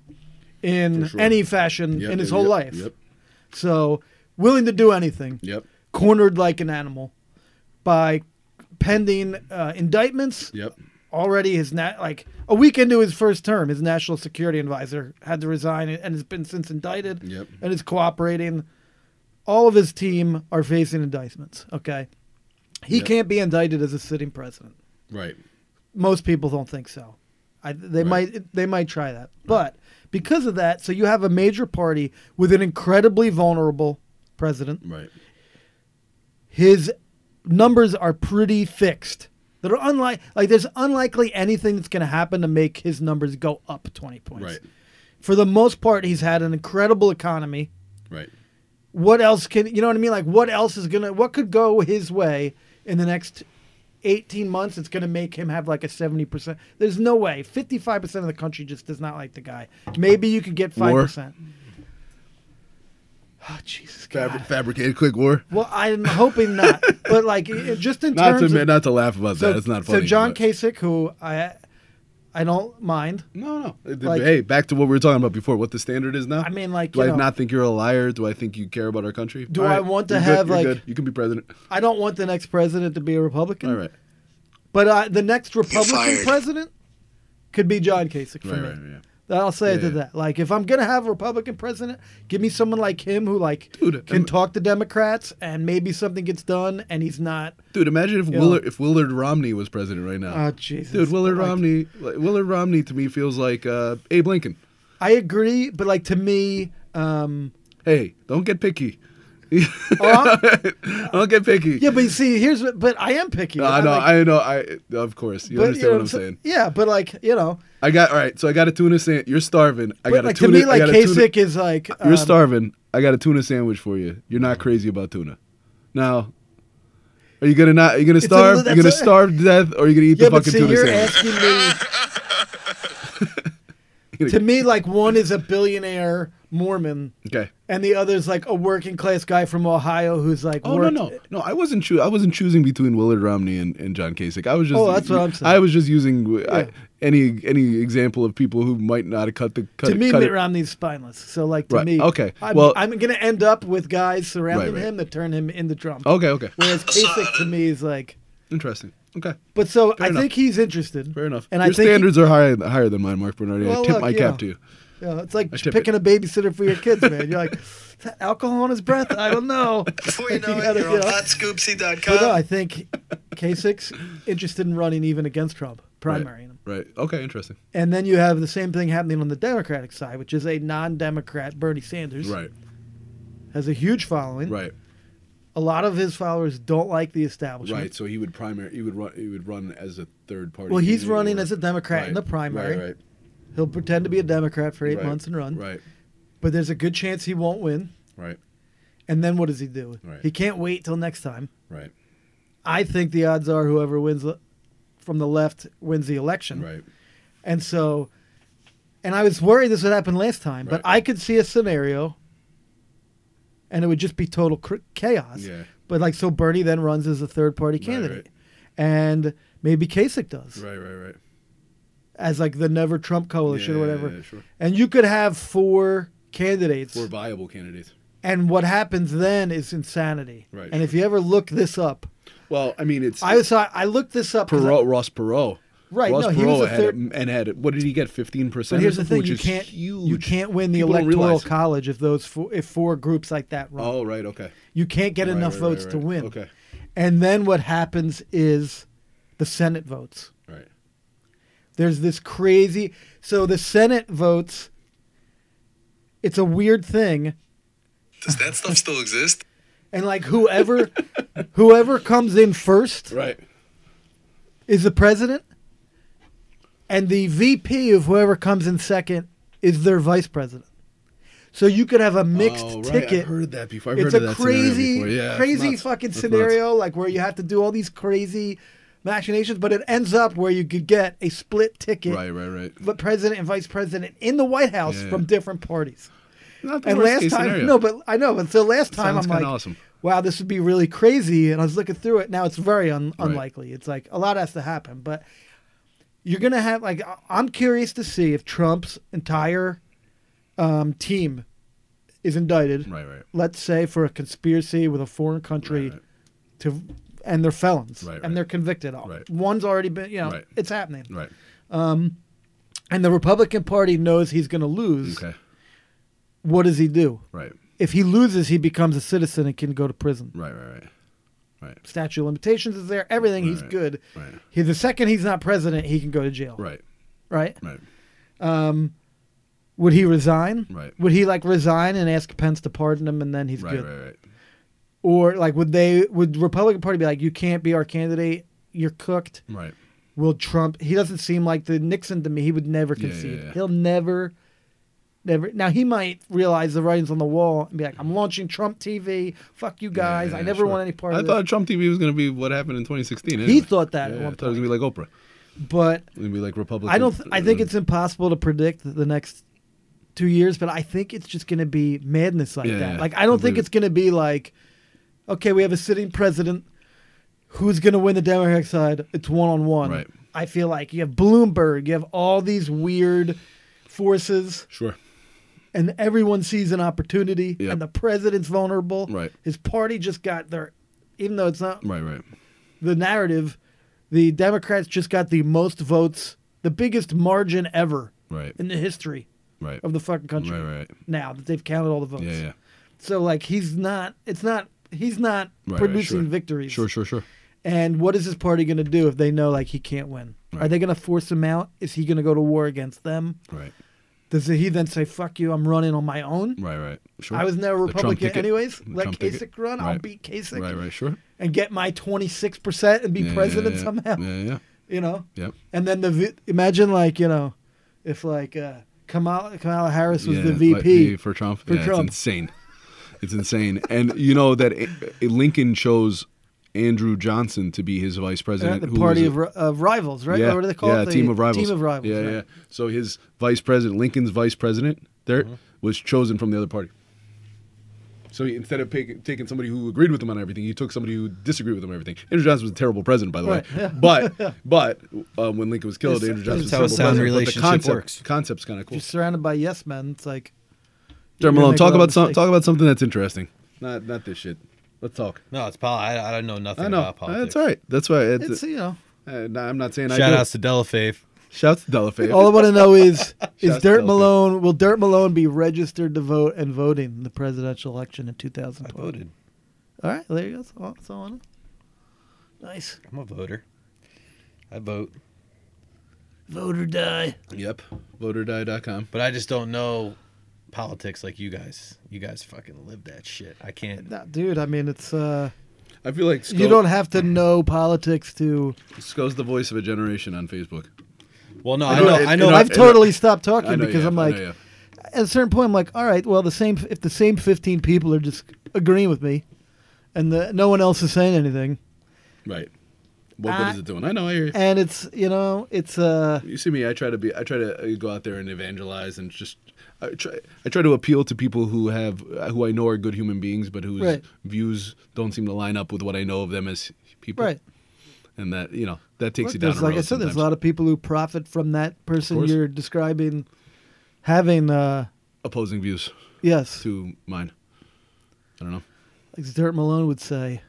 in For sure. any fashion Yep, in his yep, whole yep, life. yep So willing to do anything. yep Cornered like an animal by pending uh, indictments. yep Already his nat like a week into his first term, his national security advisor had to resign and has been since indicted Yep. and is cooperating. All of his team are facing indictments. Okay. He Yep. can't be indicted as a sitting president right most people don't think so. I, they Right. might they might try that, but because of that, so you have a major party with an incredibly vulnerable president. right His numbers are pretty fixed. That are unlike like there's unlikely anything that's going to happen to make his numbers go up 20 points. Right. For the most part, he's had an incredible economy. right What else can you know what I mean? Like what else is gonna what could go his way in the next 18 months it's going to make him have like a 70%. There's no way. 55% of the country just does not like the guy. Maybe you could get 5%. Oh, Jesus Fabri- God. fabricated quick war Well, I'm hoping not. but like it- it- just in not terms to of, admit, not to laugh about so, that it's not so funny John but- Kasich who I I don't mind. No, no. It- Like- hey, back to what we were talking about before. What the standard is now? I mean, like, do you I know- not think you're a liar? Do I think you care about our country? Do All I want to You're have, good, you're like- good. you can be president? I don't want the next president to be a Republican. All right, But uh, the next Republican fired. president could be John Kasich for right, me. right, yeah. I'll say Yeah, to yeah. that. Like, if I'm gonna have a Republican president, give me someone like him who like Dude, uh, can I'm- talk to Democrats and maybe something gets done and he's not. Dude, imagine if Yeah. Willard if Willard Romney was president right now. Oh Jesus, Dude, Willard Like, Romney, like, Willard Romney to me feels like uh, Abe Lincoln. I agree, but like to me, um, Hey, don't get picky. oh, don't get picky. yeah. But you see, here's what. But I am picky. No, I know, like- I know, I of course you but, understand you know what I'm sa- saying. Yeah, but like you know, I got all right, so I got a tuna sandwich. You're starving. I got but like a to tuna. me, I like got a tuna- Kasich is like You're um, starving. I got a tuna sandwich for you. You're not crazy about tuna. Now, are you gonna not? Are you gonna a starve? li- you're gonna that's a- starve to death, or are you gonna eat Yeah, the but fucking see, tuna you're sandwich? asking me. to me, like one is a billionaire Mormon. okay. and the other's like a working class guy from Ohio who's like, Oh worked- no no no! I wasn't choo- I wasn't choosing between Willard Romney and, and John Kasich. I was just Oh, that's what I'm saying. I was just using uh, I- Yeah. any any example of people who might not have cut the cut. To me, cut Mitt it- Romney's spineless. So like to Right, me, okay, I'm, well- I'm gonna end up with guys surrounding Right, right. him that turn him into Trump. Okay okay, Whereas Kasich to me is like, interesting. Okay, but so I enough. think he's interested. fair enough. And Your I think standards are higher higher than mine, Mark Bernardi. Well, I tip look, my you cap know. to you. you know, it's like I tip picking a babysitter for your kids, man. You're like, is that alcohol in his breath? I don't know. Before you know You it, gotta, you're you on know. hotscoopsy.com. But no, I think Kasich's interested in running even against Trump, Right, primarying him. right. Okay, interesting. And then you have the same thing happening on the Democratic side, which is a non-Democrat Bernie Sanders. Right has a huge following. right. A lot of his followers don't like the establishment. Right. So he would primary. He would run. He would run as a third party. Well, he's candidate running or- as a Democrat in Right, the primary. Right. right, He'll pretend to be a Democrat for eight right, months and run. Right. But there's a good chance he won't win. Right. And then what does he do? Right. He can't wait till next time. Right. I think the odds are whoever wins the- from the left wins the election. Right. And so, And I was worried this would happen last time, but Right. I could see a scenario, and it would just be total cr- chaos. Yeah. But like, so Bernie then runs as a third party candidate, and maybe Kasich does Right, right, right. as like the Never Trump coalition or Yeah, whatever. yeah, sure. And you could have four candidates, Four viable candidates. and what happens then is insanity. Right, And if you ever look this up, Well, I mean, it's I saw I looked this up. 'cause I- Perot, Ross Perot. Right, Ross no, Perot he was a had third- a- and had what did he get? Fifteen percent. But here's the thing: which you is can't huge. you can't win the People don't electoral realize it. college if those four, if four groups like that run. Oh, right, okay. You can't get Right, enough right, right, votes to right. win. Okay. And then what happens is the Senate votes. Right. There's this crazy. So the Senate votes. It's a weird thing, Does that stuff still exist? and like whoever whoever comes in first Right. is the president, and the VP of whoever comes in second is their vice president. So you could have a mixed oh, right. ticket. I've heard that before. I've it's heard of a that scenario crazy, before. Yeah, it's crazy nuts. fucking That's nuts. scenario, like where you have to do all these crazy machinations, but it ends up where you could get a split ticket, Right, right, right. but president and vice president in the White House Yeah. from different parties. Not the And worst last case time, scenario. no, but I know, but so last time Sounds I'm like, kinda awesome. wow, this would be really crazy, and I was looking through it. Now it's very un- Right. unlikely. It's like a lot has to happen, but you're gonna have like I- I'm curious to see if Trump's entire um, team is indicted Right, right. let's say for a conspiracy with a foreign country Right, right. to and they're felons Right, right. and they're convicted of Right. one's already been you know Right. it's happening Right. and the republican party knows he's going to lose Okay. what does he do Right. if he loses he becomes a citizen and can go to prison Right, right, right. Right. statute of limitations is there everything Right, he's right. good Right. he, the second he's not president he can go to jail Right. right? Right. would he resign Right. would he like resign and ask pence to pardon him and then he's Right, good right, right. or like would they would republican party be like you can't be our candidate you're cooked Right. will Trump. He doesn't seem like the Nixon to me. He would never Yeah, yeah, concede. yeah. He'll never, never. Now he might realize the writing's on the wall and be like, "I'm launching Trump TV. Fuck you guys. Yeah, I never sure. want any part I of thought this." Trump TV was going to be what happened in 2016. He anyway. thought that Yeah, at I one thought it was point. going to be like Oprah. But It was going to be like Republican. I don't. Th- I think uh, it's impossible to predict the next two years. But I think it's just going to be madness like Yeah, that. yeah, Like I don't think completely. it's going to be like, okay, we have a sitting president. Who's going to win the Democratic side? It's one on one. Right. I feel like you have Bloomberg. You have all these weird forces. Sure. and everyone sees an opportunity Yep. and the president's vulnerable Right. his party just got their even though it's not Right, right. the narrative the democrats just got the most votes the biggest margin ever Right. in the history Right. of the fucking country Right, right. now that they've counted all the votes Yeah, yeah. so like he's not it's not he's not Right, producing right, sure. victories Sure, sure, sure. and what is his party going to do if they know like he can't win are Right. they going to force him out is he going to go to war against them Right. does he then say fuck you i'm running on my own Right, right. Sure. I was never The Trump Republican ticket. anyways. The Let Trump Kasich ticket. run. I'll Right. beat Kasich Right, right, sure. and get my 26% and be Yeah, president yeah, yeah. somehow, Yeah, yeah. you know? Yep. And then the, vi- imagine like, you know, if like uh, Kamala, Kamala Harris was yeah, the like VP. for Trump. for yeah, Trump. It's insane. It's insane. and you know that eh, eh, Lincoln chose Andrew Johnson to be his vice uh, president. the who party was a- of, ri- of rivals, right? Yeah, Or what do they call yeah, it? The team of rivals. Team of rivals. Yeah, right. yeah. So his vice president, Lincoln's vice president, there Mm-hmm. was chosen from the other party. So he, instead of pick, taking somebody who agreed with him on everything, he took somebody who disagreed with him on everything. Andrew Johnson was a terrible president, by the Right, way. yeah. But but uh, when Lincoln was killed, It's- Andrew Johnson was it's a how a sound terrible president. but relationship the concept, works. Concept's kind of cool. You're surrounded by yes men. It's like, Darren You're Malone, gonna talk make a lot about of some, mistakes. talk about something that's interesting. Not not this shit. Let's talk. No, it's pol- I, I don't know nothing I know. about politics. That's all right. That's why. It's, it's, you know. uh, nah, I'm not saying I Shout do. outs to Delafaith. Shouts to Delafaye. All I want to know is, is Shouts to Dirt Elfin. Malone, will Dirt Malone be registered to vote and voting in the presidential election in 2012? All right, there you go. That's all, that's all I know. Nice. I'm a voter. I vote, Vote or die. Yep. VoterDie.com. but I just don't know politics like you guys. You guys fucking live that shit. I can't. Nah, dude, I mean, it's uh, I feel like Sco- you don't have to know politics to. Sco's the voice of a generation on Facebook. Well, no, I I know know. it- I it- know. I- I've and- totally stopped talking I know because you, I'm I like, know you. at a certain point, I'm like, all right, well, the same if the same 15 people are just agreeing with me, and the, no one else is saying anything, right. What Uh, good is it doing? I know. I hear you. and it's you know it's uh You see me. I try to be. I try to uh, go out there and evangelize and just. I try. I try to appeal to people who have, uh, who I know are good human beings, but whose Right. views don't seem to line up with what I know of them as people. right. And that you know that takes you Look, down. there's- a road like I said, there's a sometimes. lot of people who profit from that person course. you're describing having. uh opposing views Yes, to mine. I don't know. like Dirt Malone would say,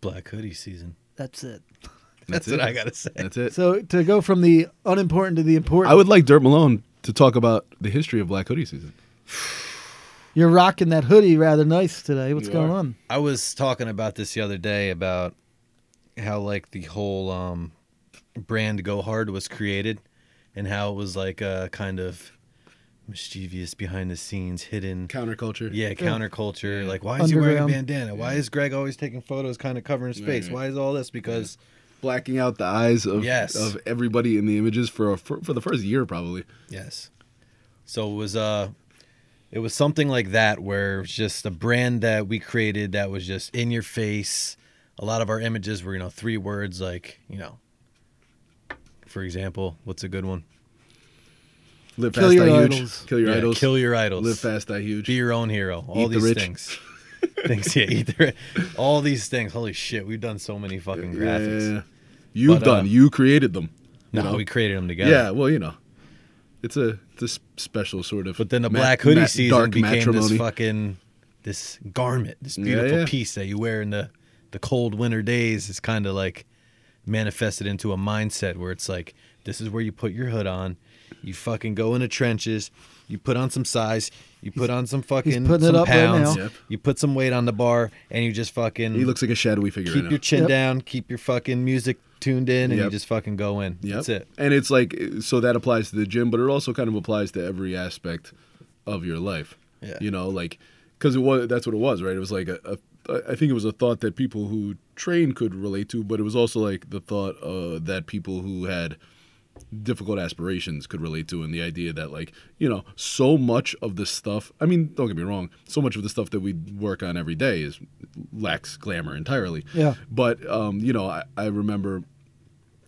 Black hoodie season. that's it. That's, what I gotta say. That's it. So to go from the unimportant to the important, I would like Dirt Malone to talk about the history of Black Hoodie season. you're rocking that hoodie rather nice today. What's You going are. on? I was talking about this the other day about how like the whole um, brand Go Hard was created, and how it was like a kind of mischievous behind the scenes hidden. Counterculture. Yeah, counterculture. Like, why is he wearing a Underground. bandana? Why is Greg always taking photos, kind of covering his face? right. Why is all this? Because Blacking out the eyes of Yes. of everybody in the images for, a, for for the first year probably. yes. So it was uh, it was something like that where it was just a brand that we created that was just in your face. A lot of our images were you know three words like you know. For example, what's a good one? Live Kill fast, your die idols. huge. Kill your Yeah, idols. Kill your idols. Live fast, die huge. Be your own hero. All Eat the these rich. things. things. Yeah, eat the, ri- all these things. Holy shit, we've done so many fucking graphics. Yeah. You've But, uh, done. you created them. No, you know? we created them together. Yeah. Well, you know, it's a it's a s- special sort of. But then the ma- black hoodie ma- season dark became matrimony. this fucking this garment, this Yeah, beautiful yeah. piece that you wear in the the cold winter days. It's kind of like manifested into a mindset where it's like this is where you put your hood on, you fucking go into trenches, you put on some size, you put on some fucking putting it some up right now. pounds, Yep. you put some weight on the bar, and you just fucking he looks like a shadowy figure. keep right your now. chin Yep. down, keep your fucking music tuned in, and you Yep. just fucking go in. Yep. That's it. And it's like so that applies to the gym, but it also kind of applies to every aspect of your life. Yeah. You know, like because it was that's what it was, right? It was like a, a I think it was a thought that people who train could relate to, but it was also like the thought uh, that people who had difficult aspirations could relate to and the idea that like you know so much of the stuff i mean don't get me wrong so much of the stuff that we work on every day is lacks glamour entirely Yeah. but um you know i, I remember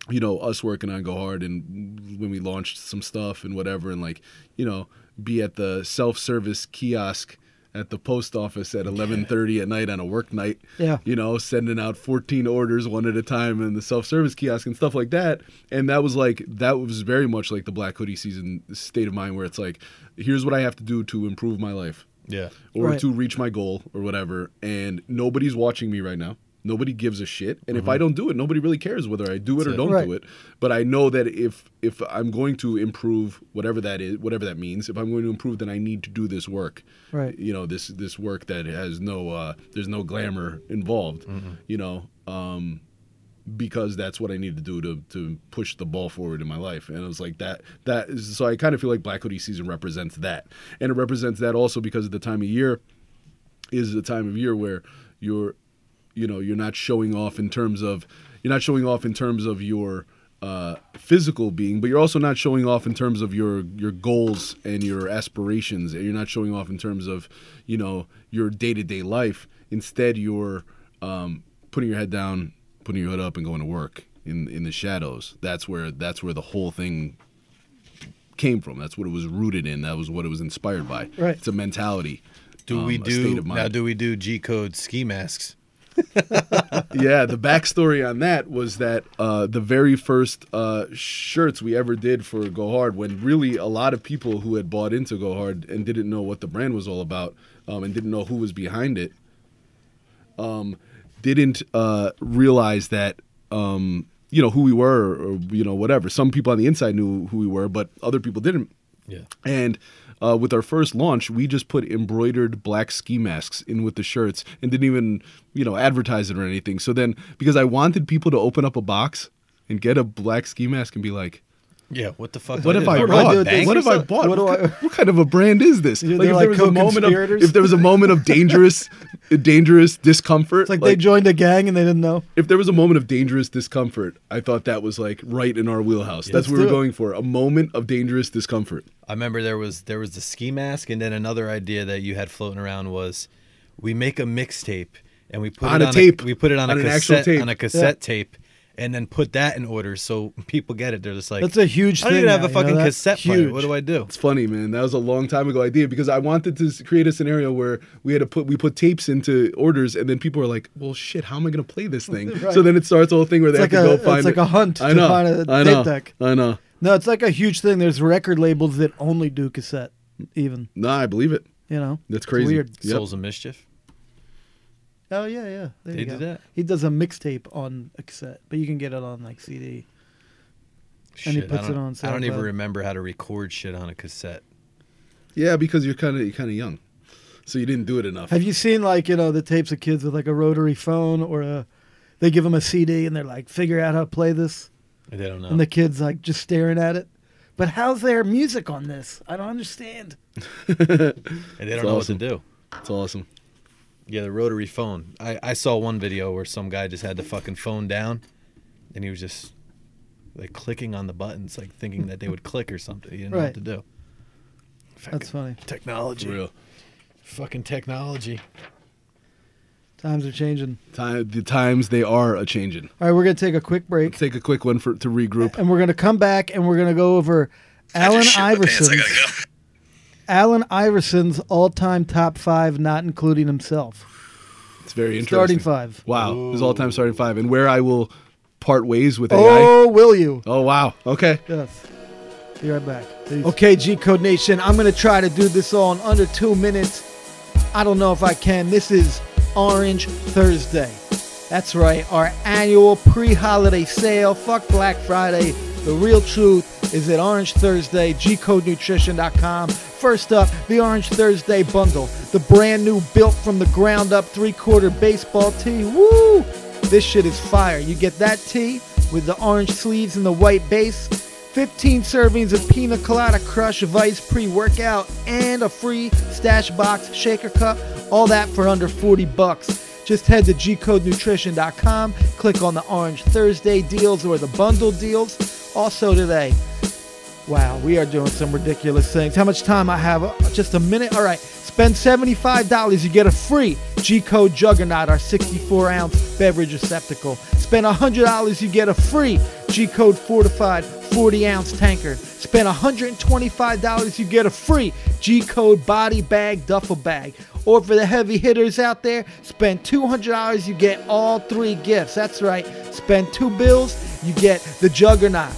you know us working on go hard and when we launched some stuff and whatever and like you know be at the self-service kiosk at the post office at 11:30 at night on a work night Yeah. you know sending out 14 orders one at a time in the self-service kiosk and stuff like that and that was like that was very much like the black hoodie season state of mind where it's like here's what i have to do to improve my life Yeah. or Right. to reach my goal or whatever and nobody's watching me right now nobody gives a shit and if i don't do it nobody really cares whether i do it Mm-hmm. That's or it. don't Right. do it but i know that if if i'm going to improve whatever that is whatever that means if i'm going to improve then i need to do this work Right. you know this this work that has no uh there's no glamour involved you know um because that's what I need to do to to push the ball forward in my life. And it was like that that is so I kind of feel like Black Hoodie season represents that. And it represents that also because of the time of year is the time of year where you're you know, you're not showing off in terms of you're not showing off in terms of your uh, physical being, but you're also not showing off in terms of your your goals and your aspirations, and you're not showing off in terms of you know your day to day life. Instead, you're um, putting your head down, putting your hood up, and going to work in in the shadows. That's where that's where the whole thing came from. That's what it was rooted in. That was what it was inspired by. Right. It's a mentality. Do we um, a do now? Do we do G code ski masks? yeah, the backstory on that was that uh, the very first uh, shirts we ever did for Go Hard, when really a lot of people who had bought into Go Hard and didn't know what the brand was all about um, and didn't know who was behind it, um, didn't uh, realize that um, you know who we were or you know whatever. Some people on the inside knew who we were, but other people didn't. Yeah. And uh, with our first launch, we just put embroidered black ski masks in with the shirts and didn't even, you know, advertise it or anything. So then, because I wanted people to open up a box and get a black ski mask and be like, Yeah, what the fuck? what did if I do? I bought? do this What if I yourself? bought? What do What, I- ki- what kind of a brand is this? Yeah, like, they're if like there was a moment of co-conspirators. if there was a moment of dangerous, dangerous discomfort, It's like, they joined a gang and they didn't know. if there was a moment of dangerous discomfort, I thought that was like right in our wheelhouse. That's Let's what we do were it. going for. A moment of dangerous discomfort. I remember there was there was the ski mask, and then another idea that you had floating around was we make a mixtape and we put On it a tape. we put it on, On a an actual cassette tape. on a cassette tape, and then put that in order so people get it. They're just like, That's a huge I don't thing even have now, a you know fucking that? cassette player. Huge. What do I do? It's funny, man. That was a long time ago idea because I wanted to s- create a scenario where we had to put we put tapes into orders, and then people were like, "Well, shit, how am I going to play this thing?" Right. So then it starts a whole thing where they It's have like to a- go find. it's like it. a hunt I to know. find a I tape know. deck. I know. No, it's like a huge thing. There's record labels that only do cassette, even. Nah, I believe it. You know, That's It's crazy. weird. Yep. Souls of Mischief. Oh yeah, yeah. There They you do go. that? He does a mixtape on a cassette, but you can get it on like CD. Shit, And he I puts it don't, on I don't even SoundCloud. remember how to record shit on a cassette. Yeah, because you're kind of you're kind of young, so you didn't do it enough. Have you seen like you know the tapes of kids with like a rotary phone or a? They give them a CD and they're like, figure out how to play this, They don't know. and the kids like just staring at it. But how's their music on this? I don't understand. and they don't It's know awesome. what to do. It's awesome. Yeah, the rotary phone. I, I saw one video where some guy just had the fucking phone down and he was just like clicking on the buttons, like thinking that they would click or something. He didn't know Right. what to do. That's funny. Technology. For real. Fucking technology. Times are changing. Time the times they are a changing. All right, we're gonna take a quick break, Let's take a quick one for to regroup. and we're gonna come back, and we're gonna go over Alan Shit, my pants, I Iverson's gotta go. Alan Iverson's all-time top five, not including himself. It's very Starting interesting. five. Wow, his all-time starting five, and where I will part ways with AI. Oh, will you? Oh wow. Okay. Yes. Be right back. Okay, G Code Nation, I'm going to try to do this all in under two minutes. I don't know if I can. This is Orange Thursday. That's right, our annual pre holiday sale. Fuck Black Friday. The real truth is at Orange Thursday, gcodenutrition.com. First up, the Orange Thursday bundle, the brand new built from the ground up three quarter baseball tee. Woo! This shit is fire. You get that tee with the orange sleeves and the white base. 15 servings of pina colada crush vice pre-workout and a free stash box shaker cup all that for under 40 bucks just head to gcodenutrition.com click on the orange thursday deals or the bundle deals also today Wow, we are doing some ridiculous things. How much time I have? Uh, Just a minute. All right. Spend $75, you get a free G Code Juggernaut, our 64 ounce beverage receptacle. Spend $100, you get a free G Code Fortified 40 ounce tankard. Spend $125, you get a free G Code Body Bag Duffel Bag. Or for the heavy hitters out there, spend $200, you get all three gifts. That's right. Spend two bills, you get the Juggernaut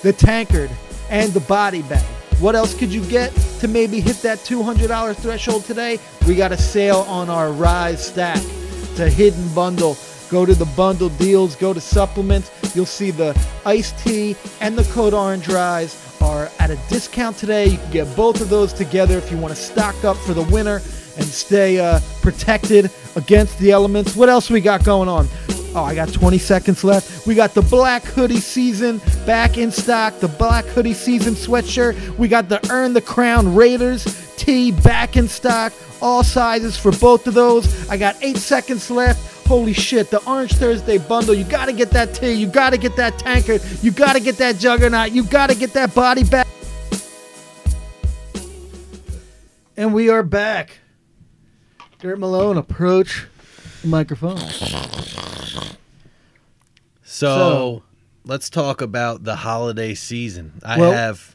the tankard, and the body bag. What else could you get to maybe hit that $200 threshold today? We got a sale on our Rise Stack. It's a hidden bundle. Go to the bundle deals, go to supplements. You'll see the iced tea and the Code Orange Rise are at a discount today. You can get both of those together if you want to stock up for the winter and stay uh, protected against the elements. What else we got going on? Oh, I got 20 seconds left. We got the black hoodie season back in stock. The black hoodie season sweatshirt. We got the Earn the Crown Raiders tee back in stock. All sizes for both of those. I got eight seconds left. Holy shit, the Orange Thursday bundle. You gotta get that tee. You gotta get that tankard. You gotta get that juggernaut. You gotta get that body back. And we are back. Dirt Malone, approach the microphone. So, So- let's talk about the holiday season. I Well- have.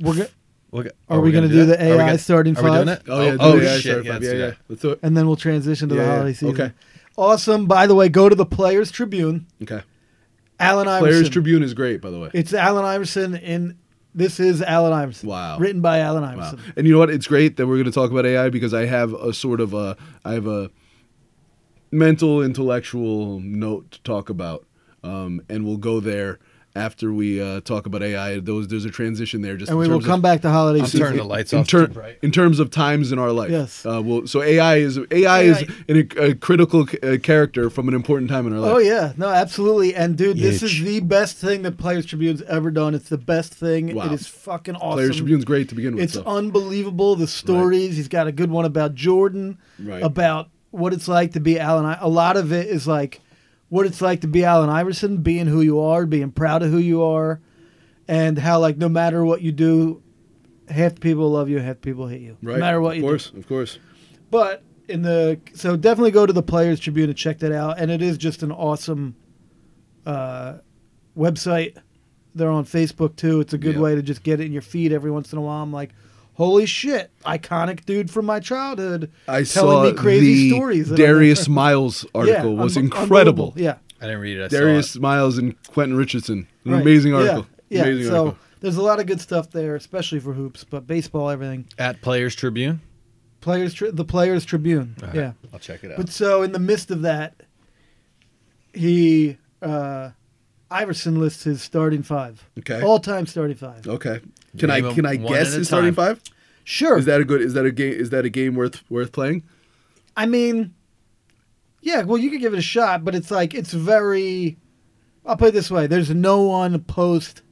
We're go- We're, go- Are we gonna gonna do the that? Are we AI gonna- starting Are we doing five? that? Oh yeah. oh, do the AI shit. starting Yeah, five. let's yeah, do yeah. that. Let's do it. and then we'll transition to the Yeah, yeah. holiday season. Okay. Awesome. By the way, go to the Players Tribune. Okay. Allen Iverson. Players Tribune is great, by the way. It's Allen Iverson, and this is Allen Iverson. Wow. Written by Allen Wow. Iverson. And you know what? It's great that we're going to talk about AI because I have a sort of a I have a mental intellectual note to talk about, um, and we'll go there after we uh, talk about AI. Those there's a transition there. Just And in we will terms come of- back to holiday I'm turning season. the lights in, off. ter- too bright. in terms of times in our life. Yes. Uh, well, so AI is AI, is an, a critical uh, character from an important time in our life. Oh yeah, no, absolutely. And dude, this Huge. is the best thing that Players Tribune's ever done. It's the best thing. Wow. It is fucking awesome. Players Tribune's great to begin with. It's so. unbelievable the stories. He's got a good one about Jordan, Right. about what it's like to be Allen. I- A lot of it is like what it's like to be Allen Iverson, being who you are, being proud of who you are, and how like no matter what you do, half the people love you, half the people hate you. right. No matter what of you course, of course. do. But in the so definitely go to the Players Tribune and check that out. And it is just an awesome uh, website. They're on Facebook too. It's a good Yeah. way to just get it in your feed every once in a while. I'm like, holy shit, iconic dude from my childhood I telling saw me crazy the stories. that I Darius never- Miles article Yeah, was un- incredible. unbelievable. Yeah, I didn't read it. I saw Darius it. Miles and Quentin Richardson, an right. amazing Yeah, article. Yeah, amazing so article. there's a lot of good stuff there, especially for hoops, but baseball, everything. at Players Tribune. Players, tri- the Players Tribune. Uh-huh. Yeah. I'll check it out. But so in the midst of that, he uh, Iverson lists his starting five. Okay. Oh. All time starting five. Okay. Can Name I them can I one guess at a his starting time. five? Sure. Is that a good? Is that a game? Is that a game worth worth playing? I mean, yeah. Well, you could give it a shot, but it's like it's very. I'll put it this way: there's no one post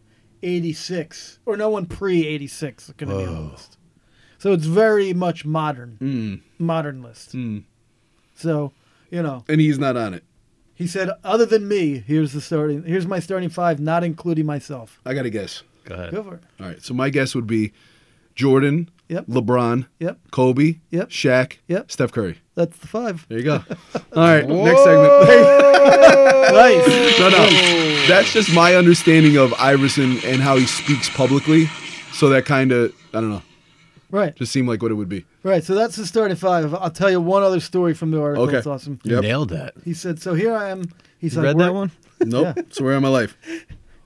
'86 or no one pre '86 going to be on the Whoa. list. So it's very much modern, Mm. modern list. Mm. So you know, And he's not on it. he said, other than me, here's the starting. Here's my starting five, not including myself. I got to guess. Go ahead. Go for it. All right. So my guess would be Jordan, Yep. LeBron, Yep. Kobe, Yep. Shaq, Yep. Steph Curry. That's the five. There you go. All right. Next segment. Nice. no, no. That's just my understanding of Iverson and how he speaks publicly. So that kind of I don't know. Right. Just seemed like what it would be. Right. So that's the starting five. I'll tell you one other story from the article. Okay. It's awesome. Yep. Nailed that. He said, so here I am. He's You like, read we're, that one? Nope. So where am I life?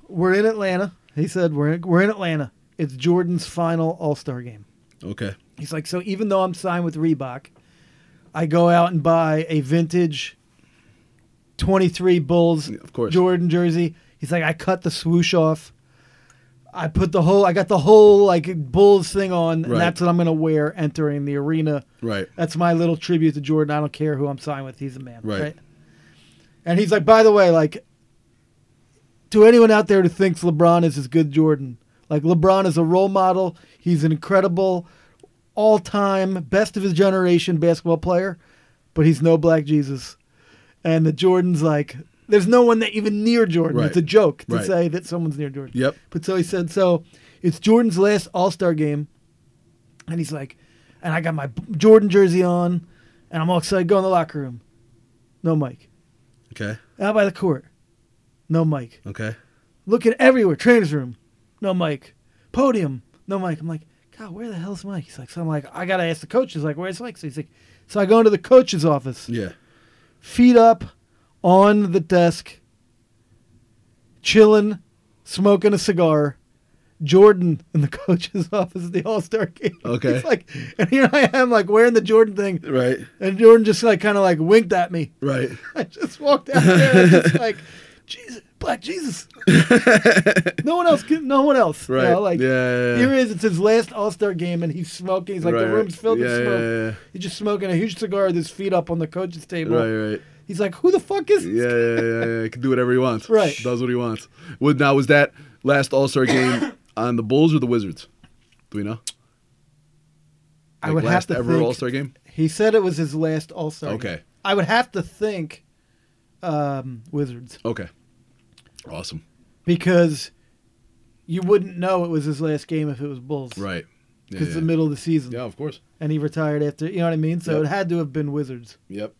we're in Atlanta. He said, we're in, we're in Atlanta. It's Jordan's final All Star game. Okay. He's like, so even though I'm signed with Reebok, I go out and buy a vintage 23 Bulls of course. Jordan jersey. He's like, I cut the swoosh off. I put the whole, I got the whole like Bulls thing on, Right. and that's what I'm going to wear entering the arena. Right. That's my little tribute to Jordan. I don't care who I'm signed with. He's a man. Right. Right. And he's like, by the way, like, to anyone out there who thinks LeBron is as good as Jordan, like, LeBron is a role model. He's an incredible, all time, best of his generation basketball player, but he's no black Jesus. And the Jordan's like, there's no one that even near Jordan. Right. It's a joke to Right. say that someone's near Jordan. Yep. But so he said, so it's Jordan's last All Star game. And he's like, and I got my Jordan jersey on, and I'm all excited. Go in the locker room. No mic. Okay. Out by the court. No mic. Okay. Looking everywhere. Trainer's room. No mic. Podium. No mic. I'm like, God, where the hell's Mike? He's like, so I'm like, I gotta ask the coach. He's like, where's Mike? So he's like, so I go into the coach's office. Yeah. Feet up on the desk. Chilling, smoking a cigar. Jordan in the coach's office at the All Star game. Okay. He's like, and here I am, like wearing the Jordan thing. Right. And Jordan just like kind of like winked at me. Right. I just walked out there and just like, Jesus, Black Jesus. no one else can. No one else. you Right. know, like Yeah, yeah, yeah. here he is. It's his last All Star game, and he's smoking. He's like Right, the room's right. filled Yeah, with yeah, smoke. yeah, yeah. He's just smoking a huge cigar with his feet up on the coach's table. Right. Right. He's like, who the fuck is? this Yeah, yeah, yeah, yeah. He can do whatever he wants. Right. Does what he wants. Would now was that last All Star game on the Bulls or the Wizards? Do we know? I Like, would last have to ever think- All Star game. He said it was his last All Star. Okay. I would have to think, um, Wizards, Okay. Awesome. because you wouldn't know it was his last game if it was Bulls, Right. Yeah, Because yeah. the middle of the season. yeah, of course. and he retired after. You know what I mean? So Yep. it had to have been Wizards Yep.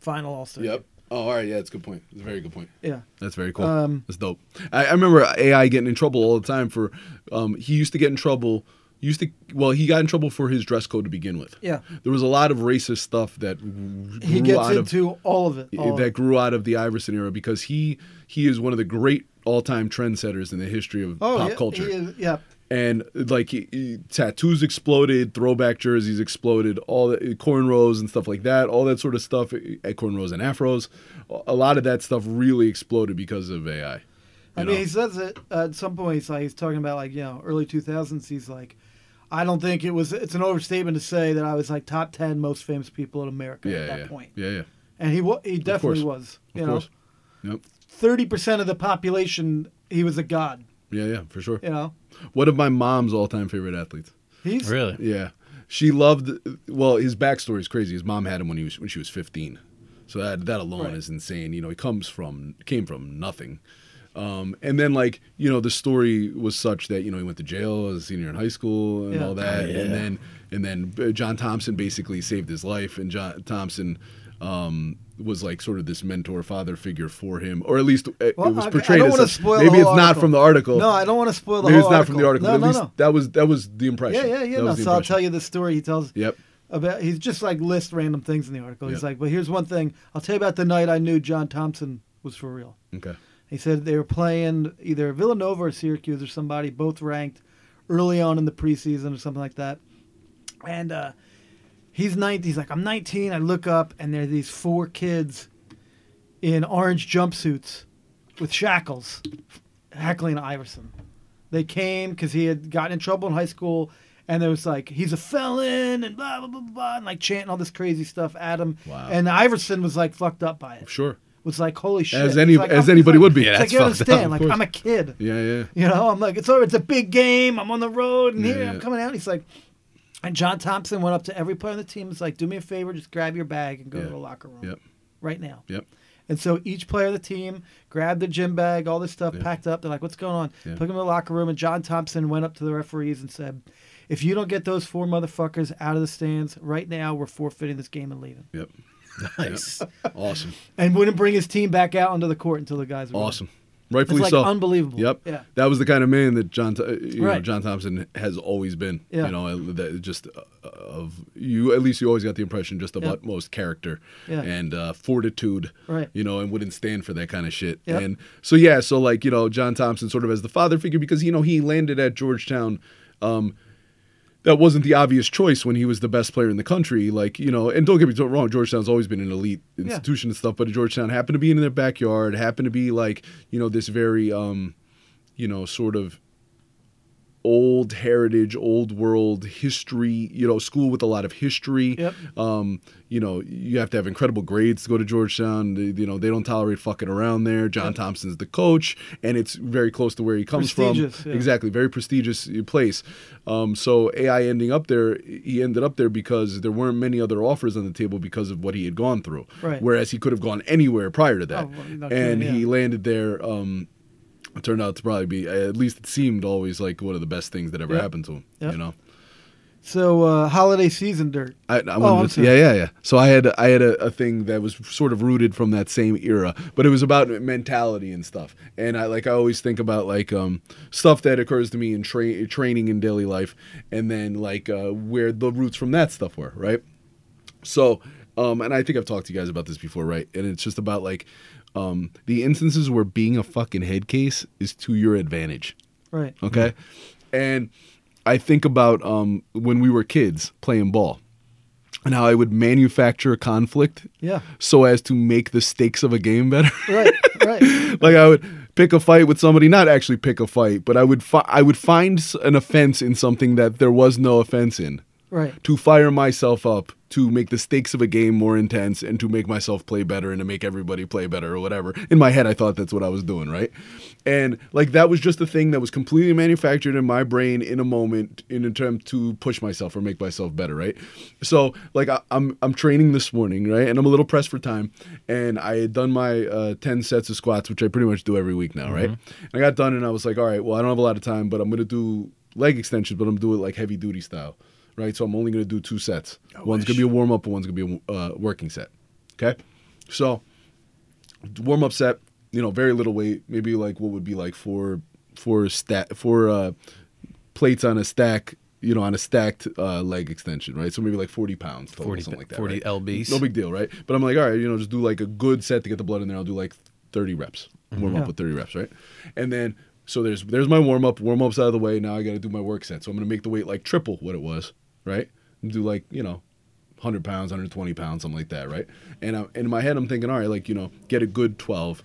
final All Star. Yep. Oh, all right. Yeah, it's a good point. It's a very good point. Yeah. That's very cool. Um, That's dope. I, I remember AI getting in trouble all the time for. Um, he used to get in trouble. Used to well, he got in trouble for his dress code to begin with. Yeah. there was a lot of racist stuff that grew He gets out of- into all of it. all of that it. grew out of the Iverson era because he he is one of the great all-time trendsetters in the history of Oh, pop yeah, culture. he is- yeah. And like he, he- tattoos exploded, throwback jerseys exploded, all the cornrows and stuff like that, all that sort of stuff, eh, cornrows and afros, a lot of that stuff really exploded because of AI. you I know? mean, he says it uh, at some point. He's like, he's talking about like you know early two thousands. He's like, I don't think it was. It's an overstatement to say that I was like top ten most famous people in America yeah, at that yeah, point. yeah, yeah, And he wa- he definitely course. was. of You know, course, yep, thirty percent of the population, he was a god. yeah, yeah, for sure. You know, One of my mom's all-time favorite athletes. he's Really? Yeah, she loved. Well, his backstory is crazy. His mom had him when he was when she was fifteen, so that that alone Right. is insane. You know, he comes from came from nothing, um, and then like you know the story was such that you know he went to jail as a senior in high school and Yeah. all that, Yeah. and then and then uh, John Thompson basically saved his life, and John Thompson. Um, was like sort of this mentor father figure for him, or at least uh, Well, it was I- I portrayed don't as wanna such. spoil the maybe whole it's not article. from the article. No, I don't want to spoil the maybe whole it's not from the article. No, but at no, least no. that was that was the impression. Yeah, yeah, yeah. That No, was the so I'll impression. tell you the story he tells. Yep. About he's just like lists random things in the article. He's Yeah. like, "Well, here's one thing. I'll tell you about the night I knew John Thompson was for real." Okay. He said they were playing either Villanova or Syracuse or somebody, both ranked early on in the preseason or something like that. And uh, he's 19. He's like, I'm 19. I look up, and there are these four kids in orange jumpsuits with shackles heckling Iverson. They came because he had gotten in trouble in high school, and there was like, he's a felon and blah, blah, blah, blah, and like chanting all this crazy stuff at him. Wow. And Iverson was like fucked up by it Sure. was like, holy shit. As any- It's like, as I'm- anybody it's would be. It's Yeah, like, that's you fucked up, understand, of like, course. I'm a kid. Yeah, yeah. You know, I'm like, it's over. It's a big game. I'm on the road, and here Yeah, I'm yeah. coming out. He's like, and John Thompson went up to every player on the team. He's like, do me a favor, just grab your bag and go Yeah. to the locker room Yep. right now. Yep. And so each player of the team grabbed their gym bag, all this stuff Yeah. packed up. They're like, what's going on? Yeah. Took them to the locker room, and John Thompson went up to the referees and said, if you don't get those four motherfuckers out of the stands right now, we're forfeiting this game and leaving. Yep. Nice. Awesome. And wouldn't bring his team back out onto the court until the guys were done. Awesome. Rightfully like, so. unbelievable. Yep. Yeah. That was the kind of man that John, Th- uh, you know, Right. John Thompson has always been. Yeah. You know, and that just uh, of you. At least you always got the impression just of Yeah. utmost character Yeah. and uh, fortitude. Right. You know, and wouldn't stand for that kind of shit. Yeah. And so yeah, so like you know, John Thompson sort of as the father figure because you know he landed at Georgetown. Um, that wasn't the obvious choice when he was the best player in the country. Like, you know, and don't get me wrong, Georgetown's always been an elite institution and stuff, but Georgetown happened to be in their backyard, happened to be like, you know, this very, um, you know, sort of old heritage, old world history, you know, school with a lot of history. Yep. Um, you know, you have to have incredible grades to go to Georgetown. They, you know, they don't tolerate fucking around there. John Thompson's the coach, and it's very close to where he comes from. Prestigious, yeah. Exactly exactly very prestigious uh, place um, so ai ending up there he ended up there because there weren't many other offers on the table because of what he had gone through Right. whereas he could have gone anywhere prior to that Oh, well, no and kidding, he yeah. landed there um, it turned out to probably be at least it seemed always like one of the best things that ever Yep. happened to him Yep. you know So uh, holiday season dirt. I, I Oh, I'm wanted to, sorry. yeah, yeah, yeah. So I had I had a, a thing that was sort of rooted from that same era, but it was about mentality and stuff. And I like I always think about like um, stuff that occurs to me in tra- training in daily life, and then like uh, where the roots from that stuff were, right? So, um, and I think I've talked to you guys about this before, right? And it's just about like um, the instances where being a fucking head case is to your advantage. Right. Okay. And I think about um, when we were kids playing ball and how I would manufacture conflict Yeah. so as to make the stakes of a game better. Right. Right. like I would pick a fight with somebody, not actually pick a fight, but I would fi- I would find s- an offense in something that there was no offense in Right. to fire myself up to make the stakes of a game more intense and to make myself play better and to make everybody play better or whatever. In my head, I thought that's what I was doing, right? And like that was just a thing that was completely manufactured in my brain in a moment in an attempt to push myself or make myself better, right? So like I, I'm I'm training this morning, right? And I'm a little pressed for time, and I had done my uh, ten sets of squats, which I pretty much do every week now, right? And I got done, and I was like, all right, well, I don't have a lot of time, but I'm gonna do leg extensions, but I'm gonna do it like heavy duty style right? So I'm only going to do two sets. one's going to be a warm up, and one's going to be a uh, working set. Okay, so warm up set, you know, very little weight, maybe like what would be like four, four stack, four uh, plates on a stack, you know, on a stacked uh, leg extension, right? So maybe like 40 pounds, total, 40 something like that. 40 right? LBs. No big deal, right? But I'm like, all right, you know, just do like a good set to get the blood in there. I'll do like 30 reps, warm Yeah. up with 30 reps, right? And then. So there's there's my warm up. Warm up's out of the way. Now I got to do my work set. So I'm gonna make the weight like triple what it was, right? Do like you know 100 pounds, 120 pounds, something like that, right? And, I'm, and in my head, I'm thinking, all right, like, you know, get a good 12.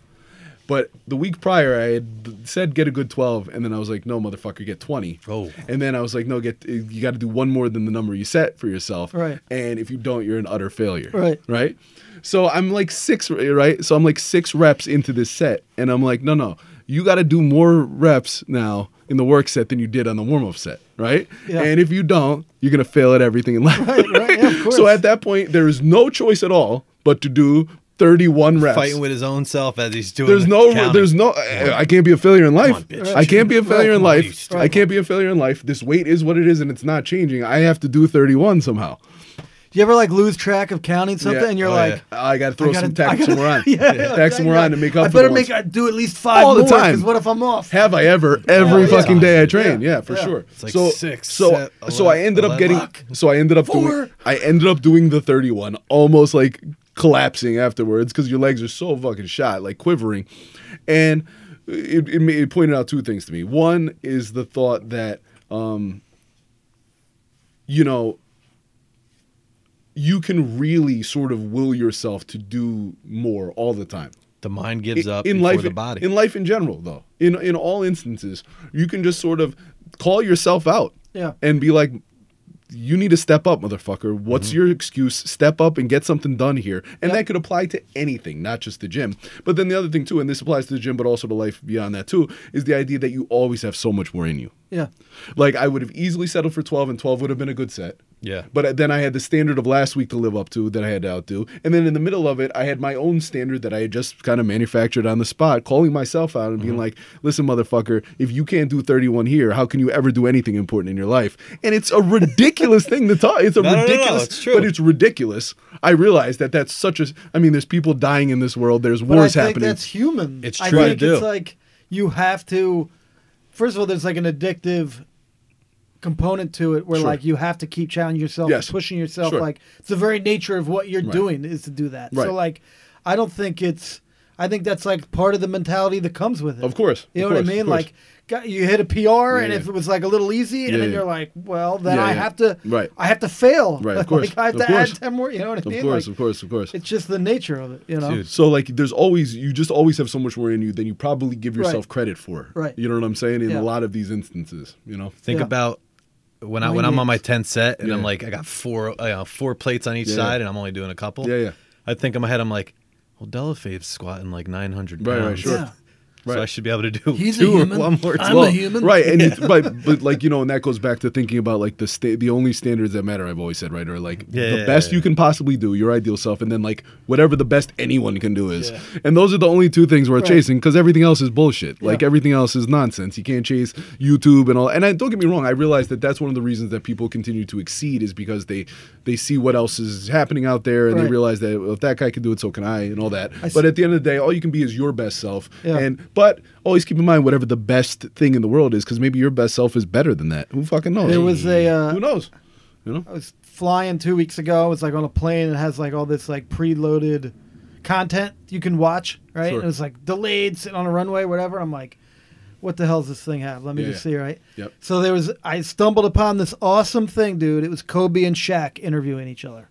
But the week prior, I had said get a good 12, and then I was like, no, motherfucker, get 20. Oh. And then I was like, no, get you got to do one more than the number you set for yourself. Right. And if you don't, you're an utter failure. Right. Right. So I'm like six, right? So I'm like six reps into this set, and I'm like, no, no, you got to do more reps now in the work set than you did on the warm up set, right? Yeah. And if you don't, you're gonna fail at everything in life. Right, right, yeah, of course. So at that point, there is no choice at all but to do 31 reps. Fighting with his own self as he's doing. there's the no, counting. there's no. uh, uh, I, I can't be a failure in life. on, bitch. I can't be a failure in Right. life. I can't be a failure in life. This weight is what it is, and it's not changing. I have to do 31 somehow. you ever like lose track of counting something Yeah. and you're Oh, like, yeah. I got to throw I gotta- some I gotta- taxamoran. Yeah, Taxamoran to make I up for the better ones. make I do at least five All the more, time. 'cause What if I'm off? Have I ever? Every yeah. fucking day I train. Yeah. Yeah, for Yeah. sure. It's like so six, so set, so I eleven- ended up eleven. getting Fuck. so I ended up Four. doing I ended up doing the 31 almost like collapsing afterwards cuz your legs are so fucking shot, like quivering. And it it, ma- it pointed out two things to me. One is the thought that um you know you can really sort of will yourself to do more all the time The mind gives in- up in before life the body. in life in general though in in all instances you can just sort of call yourself out Yeah. and be like you need to step up motherfucker what's Mm-hmm. your excuse step up and get something done here and that could apply to anything not just the gym but then the other thing too and this applies to the gym but also to life beyond that too is the idea that you always have so much more in you Yeah. like I would have easily settled for 12 and 12 would have been a good set. Yeah. But then I had the standard of last week to live up to that I had to outdo. And then in the middle of it, I had my own standard that I had just kind of manufactured on the spot, calling myself out and Mm-hmm. being like, "Listen motherfucker, if you can't do 31 here, how can you ever do anything important in your life?" And it's a ridiculous thing to talk. It's a No, no, no, no, ridiculous it's true. but it's ridiculous. I realize that that's such a I mean, there's people dying in this world. There's But I wars think happening. that's human. It's I true to think it's do. like you have to. First of all, there's like an addictive component to it where Sure. like you have to keep challenging yourself, Yes. pushing yourself. Sure. Like it's the very nature of what you're doing is to do that. Right. So like, I don't think it's. I think that's like part of the mentality that comes with it. Of course, You know of what course, I of mean? course. Like, got, you hit a PR, and yeah. if it was like a little easy, Yeah, and then yeah. you're like, well, then Yeah, I yeah. have to. Right. I have to fail. Right, of Like, course, I have of to course. add ten more. You know what I of mean? course, Like, of course, of course. It's just the nature of it. You know. Dude. So like there's always you just always have so much more in you than you probably give Right. yourself credit for. Right. You know what I'm saying? In Yeah. a lot of these instances, you know. Think Yeah. about when I Mind when I'm on games. my tenth set and I'm Yeah. like I got four uh, four plates on each Yeah, side yeah. and I'm only doing a couple. Yeah, yeah. I think in my head I'm like, well, Delafave's squatting like 900 Right, pounds. right, sure. Yeah. So Right. I should be able to do He's a two human. or one more. I'm a twelve. human. Right, and it's, but but like you know, and that goes back to thinking about like the sta- the only standards that matter. I've always said right are like Yeah, the yeah, best yeah. you can possibly do, your ideal self, and then like whatever the best anyone can do is. And those are the only two things we're chasing because everything else is bullshit. Like Yeah. everything else is nonsense. You can't chase YouTube and all. And I, don't get me wrong, I realize that that's one of the reasons that people continue to exceed is because they they see what else is happening out there and they Right. realize that well, if that guy can do it, so can I, and all that. I but see. at the end of the day, all you can be is your best self, Yeah. and but always keep in mind whatever the best thing in the world is, because maybe your best self is better than that. Who fucking knows? There was a. Uh, Who knows? You know. I was flying two weeks ago. It's like on a plane. It has like all this like preloaded content you can watch, right? Sure. And it's like delayed, sitting on a runway, whatever. I'm like, what the hell does this thing have? Let me Yeah, just yeah. see, right? Yep. So there was. I stumbled upon this awesome thing, dude. It was Kobe and Shaq interviewing each other.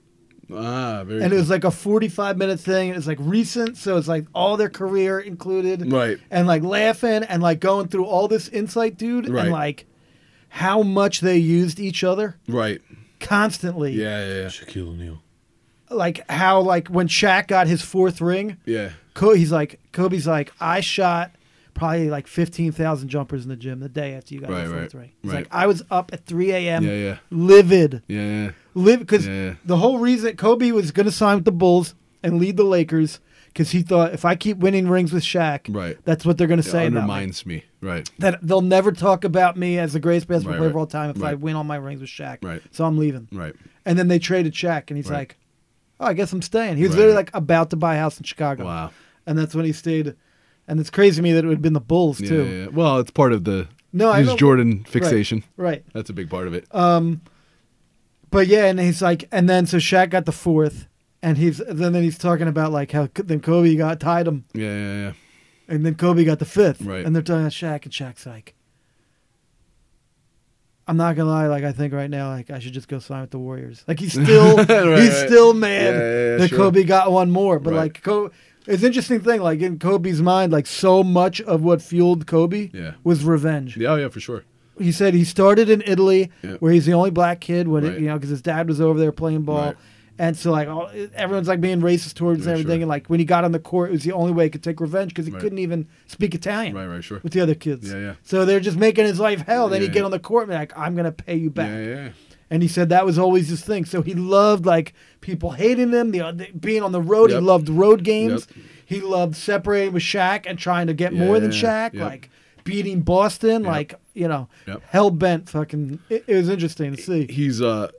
Ah, very. And it was like a 45 minute thing. It was like recent, so it's like all their career included. Right. And like laughing and like going through all this insight, dude, Right. and like how much they used each other right. constantly. Yeah, yeah, yeah. Shaquille O'Neal. Like how like when Shaq got his fourth ring, yeah. Co- he's like Kobe's like I shot probably like 15,000 jumpers in the gym the day after you got Right, your fourth right, ring. He's right. like I was up at 3 a.m. Yeah, yeah. livid Yeah, yeah. live because Yeah, yeah. the whole reason Kobe was going to sign with the Bulls and lead the Lakers because he thought if I keep winning rings with Shaq, Right. that's what they're going to say It about me. undermines me. Right. That they'll never talk about me as the greatest basketball Right, player of right, all time if I right. win all my rings with Shaq. Right. So I'm leaving. Right. And then they traded Shaq, and he's Right. like, "Oh, I guess I'm staying." He was Right, literally right. like about to buy a house in Chicago. Wow. And that's when he stayed. And it's crazy to me that it would have been the Bulls Yeah, too. yeah, yeah. Well, it's part of the No, I Uh, his don't- Jordan fixation. Right. That's a big part of it. But yeah, and he's like, and then so Shaq got the fourth, and he's then then he's talking about like how then Kobe got tied him, yeah, yeah, yeah. and then Kobe got the fifth, Right. And they're talking about Shaq, and Shaq's like, I'm not gonna lie, like I think right now, like I should just go sign with the Warriors. Like he's still Right, he's right. still mad Yeah, yeah, yeah, that sure. Kobe got one more, but Right. like Kobe. It's an interesting thing, like in Kobe's mind, like so much of what fueled Kobe Yeah. was revenge Yeah, oh, yeah, for sure. he said he started in Italy, Yeah. where he's the only black kid. When it, Right. you know, because his dad was over there playing ball, Right. and so like all, everyone's like being racist towards him and Yeah, everything. sure. And like when he got on the court, it was the only way he could take revenge because he Right. couldn't even speak Italian Right, right, sure. with the other kids. Yeah, yeah. So they're just making his life hell. Then Yeah, he'd get yeah. on the court and be like, "I'm gonna pay you back." Yeah, yeah, And he said that was always his thing. So he loved like people hating him, the, uh, the being on the road. Yep. He loved road games. Yep. He loved separating with Shaq and trying to get more than Yeah, Shaq, yep. like beating Boston, like you know, Yep. hell bent. Fucking, it, it was interesting to yeah. see. He's uh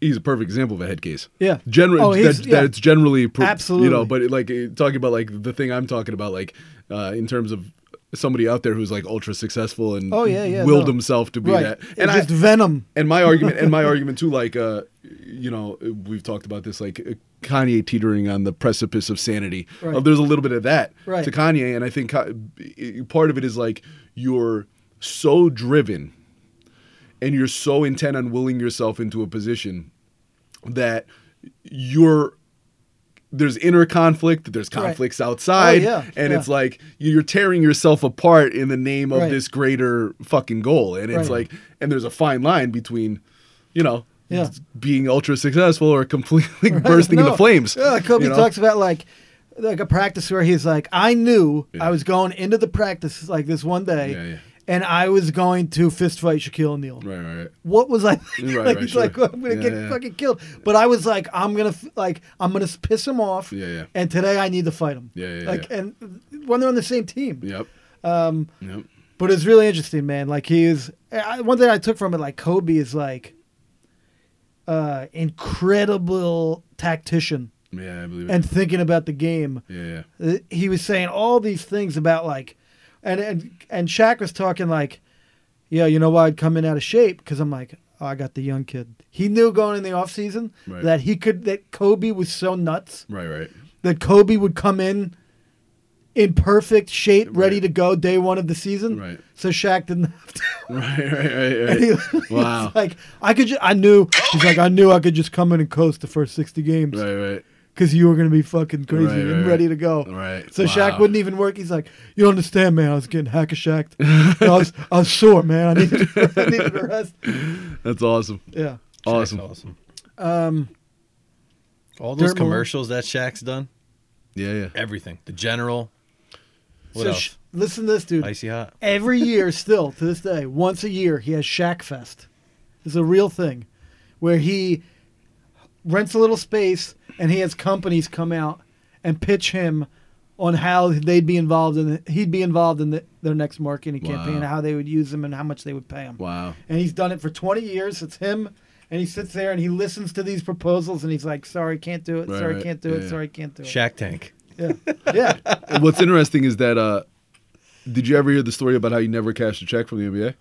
he's a perfect example of a head case. Yeah. Generally, Oh, he's- that, yeah. that it's generally pro- Absolutely. You know, but it, like eh, talking about like the thing I'm talking about, like uh, in terms of somebody out there who's like ultra successful and Oh, yeah, yeah, willed no. himself to be right. that. And I, just venom. and my argument and my argument too like uh you know we've talked about this like eh, kanye teetering on the precipice of sanity Right. Uh, there's a little bit of that Right. to kanye and i think Ka- i- part of it is like you're so driven and you're so intent on willing yourself into a position that you're there's inner conflict, there's Right. conflicts outside, Oh, yeah, and yeah. it's like you're tearing yourself apart in the name of Right. this greater fucking goal. And it's Right. like, and there's a fine line between, you know, Yeah. being ultra successful or completely bursting into No. flames. Yeah, like Kobe you know? talks about like like a practice where he's like, I knew I was going into the practice like this one day, Yeah, yeah. and I was going to fist fight Shaquille O'Neal. Right, right, right. What was I thinking? Right, like? right, he's sure. like, I'm gonna Yeah, get yeah. fucking killed. But I was like, I'm gonna f- like, I'm gonna s- piss him off. Yeah, yeah. And today I need to fight him. Yeah, yeah, Like, yeah. and when they're on the same team. Yep. Um, yep. But it's really interesting, man. Like he is I, one thing I took from it, like Kobe is like uh incredible tactician Yeah, I believe it. and thinking about the game. yeah, yeah. Uh, He was saying all these things about like, and and and Shaq was talking like, yeah, you know why I'd come in out of shape because I'm like, oh, I got the young kid. He knew going in the off season Right. that he could that Kobe was so nuts Right, right. that Kobe would come in in perfect shape, ready Right. to go day one of the season. Right. So Shaq didn't have to. Right, right, He, right, right. he's wow. like I could, ju- I knew. He's like I knew I could just come in and coast the first sixty games right, right. because you were going to be fucking crazy Right, and right, ready to go. Right. So Shaq Wow. wouldn't even work. He's like, you don't understand, man. I was getting hack a shacked. I was, I was sore, man. I needed, I needed a rest. That's awesome. Yeah. Awesome. Shaq's awesome. Um, all those Dirt Moon. commercials that Shaq's done, Yeah, yeah. everything. The General. What so else? sh- listen to this, dude. Icy hot. Every year, still to this day, once a year, he has Shack Fest. It's a real thing where he rents a little space and he has companies come out and pitch him on how they'd be involved in the, he'd be involved in the, their next marketing campaign, Wow. how they would use him, and how much they would pay him. Wow. And he's done it for 20 years. It's him, and he sits there and he listens to these proposals, and he's like, "Sorry, can't do it. Right, sorry, right. can't do Yeah, it. yeah. Sorry, can't do it." Shack Tank. Yeah, yeah. What's interesting is that uh, did you ever hear the story about how he never cashed a check from the NBA?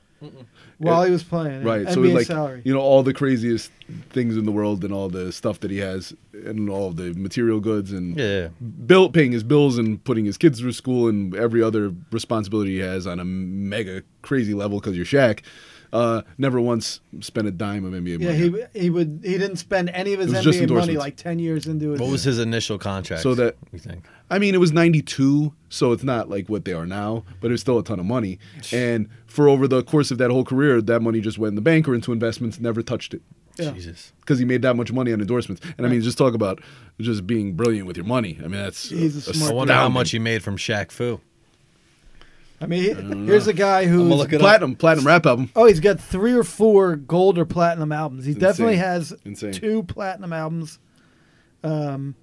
While he was playing, Right. NBA so like salary. you know all the craziest things in the world and all the stuff that he has and all the material goods and Yeah. bill paying his bills and putting his kids through school and every other responsibility he has on a mega crazy level because you're Shaq. Uh, never once spent a dime of NBA Yeah, money. he he would he didn't spend any of his It was just NBA money endorsements. like ten years into his. What was his initial contract? So that- you think? I mean, it was 92, so it's not like what they are now, but it was still a ton of money. And for over the course of that whole career, that money just went in the bank or into investments, never touched it Yeah. Jesus. because he made that much money on endorsements. And I mean, just talk about just being brilliant with your money. I mean, that's He's a smart I Mark wonder how much he made from Shaq Fu. I mean, he- here's a guy I'ma who look it up. platinum platinum rap album. oh he's got three or four gold or platinum albums. He It's definitely insane. has Insane. two platinum albums. Um,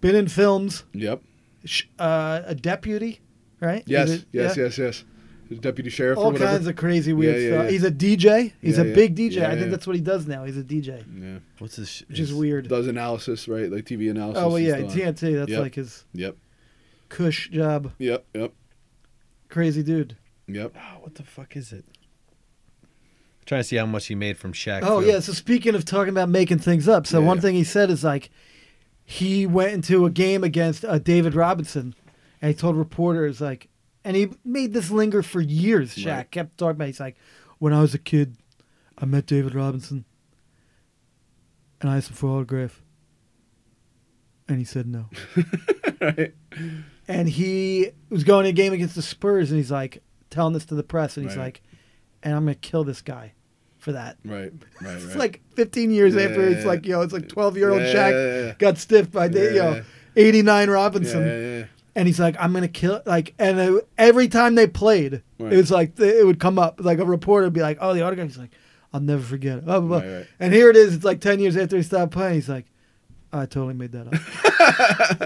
been in films, Yep. sh- uh, a deputy, right? Yes. Is it- yes. yeah? Yes. Yes. He's Deputy sheriff. or All whatever. kinds of crazy weird Yeah, yeah, stuff. yeah. He's a DJ. He's Yeah, a yeah. big DJ. I Yeah, think yeah. that's what he does now. He's a DJ, Yeah. What's his? sh- which is his- weird. Does analysis right, like TV analysis. oh well, and yeah, stuff. TNT. That's Yep. like his Yep. cush job. Yep. Yep. Crazy dude. Yep. Oh, what the fuck is it? I'm trying to see how much he made from Shaq. Oh Fu. yeah. So speaking of talking about making things up, so Yeah, one yeah. thing he said is like, he went into a game against uh, David Robinson, and he told reporters like, and he made this linger for years. Shaq Right. kept talking about. it. He's like, when I was a kid, I met David Robinson, and I asked him for an autograph, and he said no. Right. and he was going to a game against the Spurs, and he's like telling this to the press, and he's Right. like, and I'm gonna kill this guy for that. Right. Right. It's right. like 15 years Yeah, after. It's yeah, like, yeah. yo, it's like 12 year old Yeah, Jack yeah, yeah. got stiffed by, the, you Yeah, know, yeah. 89 Yeah, Robinson. yeah, yeah. And he's like, I'm going to kill. Like, and uh, every time they played, Right. it was like, th- it would come up. Like, a reporter would be like, oh, the autograph. He's like, I'll never forget it. Blah, blah, blah. Right, right. And here it is. It's like 10 years after he stopped playing. He's like, I totally made that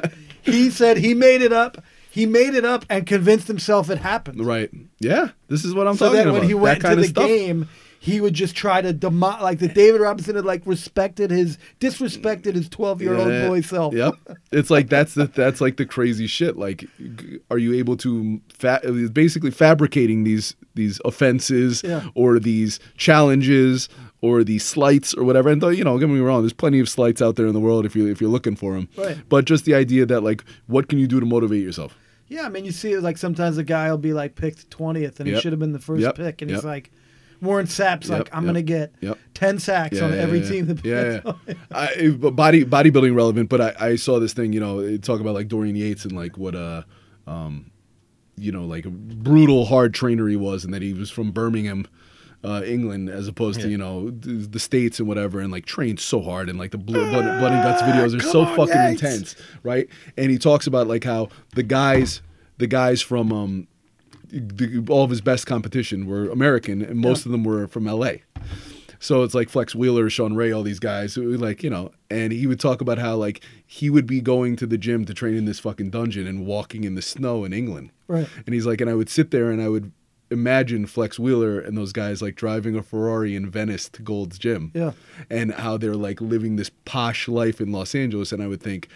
up. he said he made it up. He made it up and convinced himself it happened Right. Yeah. This is what I'm so talking that when about. he went that kind to of the stuff. game, he would just try to demo- like that. David Robinson had like respected his disrespected his twelve year old Yeah. boy self. Yep. It's like that's the that's like the crazy shit. Like, g- are you able to fa- basically fabricating these these offenses Yeah. or these challenges or these slights or whatever? And though you know, don't get me wrong, there's plenty of slights out there in the world if you if you're looking for them. Right. But just the idea that like, what can you do to motivate yourself? Yeah, I mean, you see, it like sometimes a guy will be like picked twentieth, and he Yep. should have been the first Yep. pick, and he's Yep. like, Warren Sapp's like, Yep. I'm Yep. gonna get Yep. ten sacks on every team. That yeah, plays. yeah. I, but body bodybuilding relevant, but I, I saw this thing. You know, it talk about like Dorian Yates and like what uh, um, you know, like a brutal hard trainer he was, and that he was from Birmingham. Uh, England, as opposed to Yeah. you know th- the states and whatever, and like trained so hard, and like the blood, blood, blood and guts videos are so fucking intense, right? And he talks about like how the guys, the guys from um, the, all of his best competition were American, and most of them were from L.A. So it's like Flex Wheeler, Sean Ray, all these guys who like, you know, and he would talk about how like he would be going to the gym to train in this fucking dungeon and walking in the snow in England. Right. And he's like, and I would sit there and I would imagine Flex Wheeler and those guys like driving a Ferrari in Venice to Gold's Gym. Yeah. And how they're like living this posh life in Los Angeles. And I would think,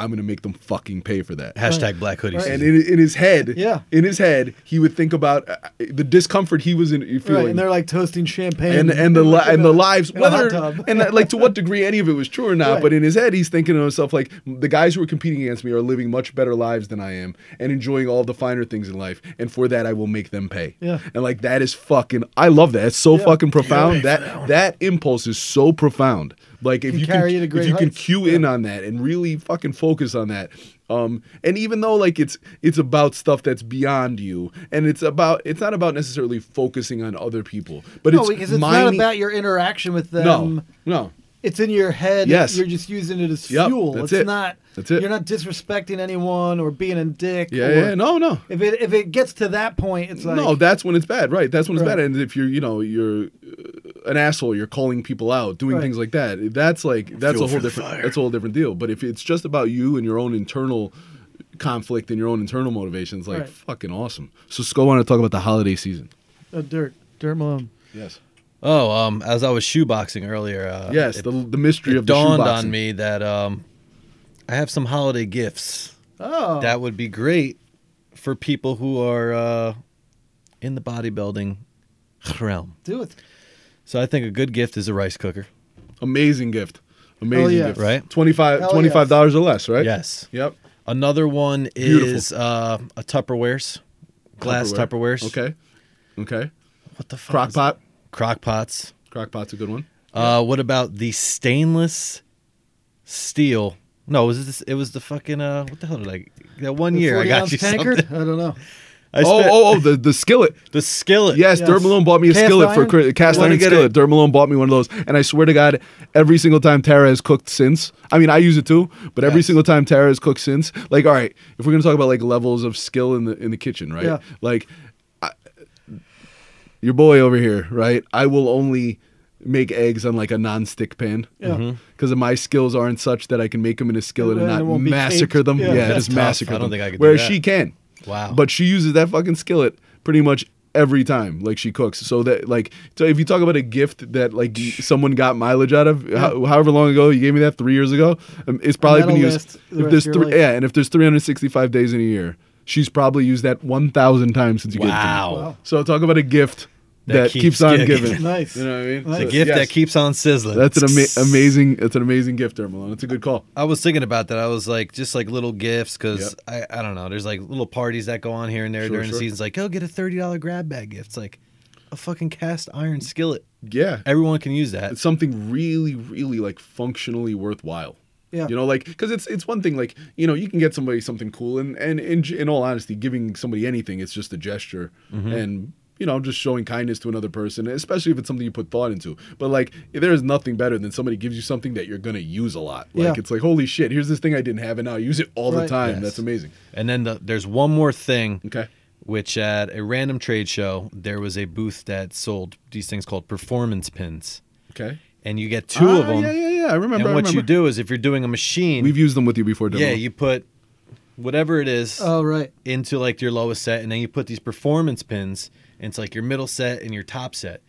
I'm gonna make them fucking pay for that. Hashtag black hoodie. Right. season. And in, in his head, Yeah. in his head, he would think about uh, the discomfort he was in uh, feeling Right, and they're like toasting champagne and and the li- and the lives in a hot whether tub. and that, like to what degree any of it was true or not. Right. But in his head, he's thinking to himself like the guys who are competing against me are living much better lives than I am and enjoying all the finer things in life. And for that, I will make them pay. Yeah. And like that is fucking. I love that. It's so Yeah. fucking profound. That that, impulse is so profound. Like if Can you carry you can to if great you can heights. cue in on that and really fucking focus on that. Um, and even though like it's it's about stuff that's beyond you, and it's about it's not about necessarily focusing on other people, but no, it's because it's not mining- about your interaction with them. no, no. It's in your head. Yes. You're just using it as Yep, fuel. that's it's it. not That's it. you're not disrespecting anyone or being a dick. Yeah, or- yeah, no, no. If it if it gets to that point, it's like no, that's when it's bad, right? That's when it's Right. bad. And if you're, you know, you're uh, an asshole, you're calling people out, doing Right. things like that. That's like that's Fuel a for whole the different fire. that's a whole different deal. But if it's just about you and your own internal conflict and your own internal motivations, like Right. fucking awesome. So Sko wanted to talk about the holiday season. a oh, dirt dirt Malone. Yes. Oh, um, as I was shoeboxing earlier. Uh, Yes, it, the, the mystery it of the dawned shoeboxing. on me that um, I have some holiday gifts Oh, that would be great for people who are uh, in the bodybuilding realm. do it. So I think a good gift is a rice cooker. Amazing gift. Amazing Oh, yeah. gift. Right. Twenty five Hell twenty five dollars or less, right? Yes. Yep. Another one Beautiful. is uh, a Tupperwares, glass Tupperware. Tupperwares. Okay. Okay. What the fuck? Crock is- pot. Crock pots. Crock pot's a good one. Uh, what about the stainless steel? No, it was this, it was the fucking uh, what the hell did I? That one The year I 40 got ounce you tankard? something. I don't know. I oh, spent- oh, oh, the, the skillet. the skillet. Yes, Yes. Dirt Malone bought me a Cast skillet for iron? for cast You wanna iron get skillet. it? Dirt Malone bought me one of those, and I swear to God, every single time Tara has cooked since. I mean, I use it too, but every Yes. single time Tara has cooked since. Like, all right, if we're gonna talk about like levels of skill in the in the kitchen, right? Yeah. Like, I, your boy over here, right? I will only make eggs on like a non-stick pan Yeah. Mm-hmm. because my skills aren't such that I can make them in a skillet and, And it not won't be massacre caked. them. Yeah. Yeah, That's just tough. massacre I don't them. think I could do Whereas that. she can. Wow. But she uses that fucking skillet pretty much every time like she cooks so that like so if you talk about a gift that like you- someone got mileage out of how, however long ago you gave me that three years ago um, it's probably that'll been last used the if rest there's of your three life. yeah and if there's 365 days in a year she's probably used that 1000 times since you gave it to wow. me so talk about a gift that, That keeps, keeps on giving. giving Nice. you know what i mean Nice. The So, gift yes. that keeps on sizzling. that's an ama- amazing that's an amazing gift there malone it's a good call I was thinking about that. I was like, just like little gifts, because Yep. I, I don't know. There's like little parties that go on here and there Sure, during sure. the season. It's like, oh, get a thirty dollar grab bag gift. It's like a fucking cast iron skillet. yeah Everyone can use that. it's something really really like functionally worthwhile Yeah. you know like because it's it's one thing like you know you can get somebody something cool and and in, in all honesty giving somebody anything it's just a gesture and you know just showing kindness to another person especially if it's something you put thought into but like there is nothing better than somebody gives you something that you're gonna use a lot like Yeah. it's like holy shit here's this thing i didn't have and now i use it all the Right. time Yes. that's amazing And then the, there's one more thing. okay Which at a random trade show, there was a booth that sold these things called performance pins, okay and you get two of Ah, them. yeah yeah yeah i and remember I what you remember. do is if you're doing a machine, we've used them with you before Dylan. yeah, you put whatever it is Oh right. into like your lowest set, and then you put these performance pins into like your middle set and your top set.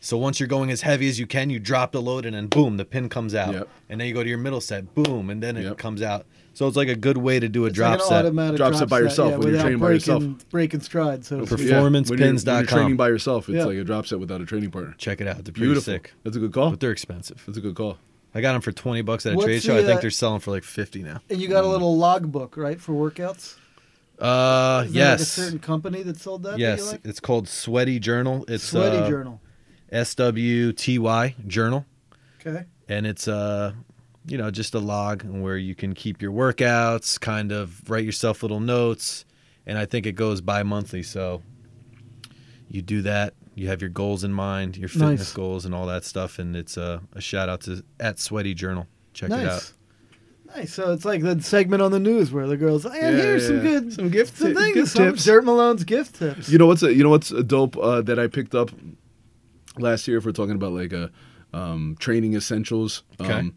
So once you're going as heavy as you can, you drop the load and then boom, the pin comes out. Yep. And then you go to your middle set, boom, and then it Yep. comes out. So it's like a good way to do a It's drop like an set. automatic Drop set by yourself yeah, when you're without training by breaking, yourself. breaking stride. So to speak. Perform- Performance when you're- pins when dot you're training com. by yourself, it's Yeah. like a drop set without a training partner. Check it out. They're pretty Beautiful. sick. That's a good call. But they're expensive. That's a good call. I got them for 20 bucks at a What's trade show. the, I think uh, they're selling for like 50 now. and you got a little logbook, right, for workouts. Uh, Is there, like, a yes. certain company that sold that. that you yes. like? It's called Sweaty Journal. It's Sweaty uh, Journal. S W T Y Journal. Okay. and it's uh you know just a log where you can keep your workouts kind of write yourself little notes and i think it goes bi-monthly so you do that you have your goals in mind your fitness Nice. goals and all that stuff and it's uh, a shout out to at sweaty journal check nice. it out Nice. So it's like that segment on the news where the girls, and Yeah, here's yeah, some yeah. good Some gift some ti- things, gift some tips." Dirt Malone's gift tips. You know what's a, you know what's a dope uh, that I picked up last year. If we're talking about like a um, training essentials. Okay. Um,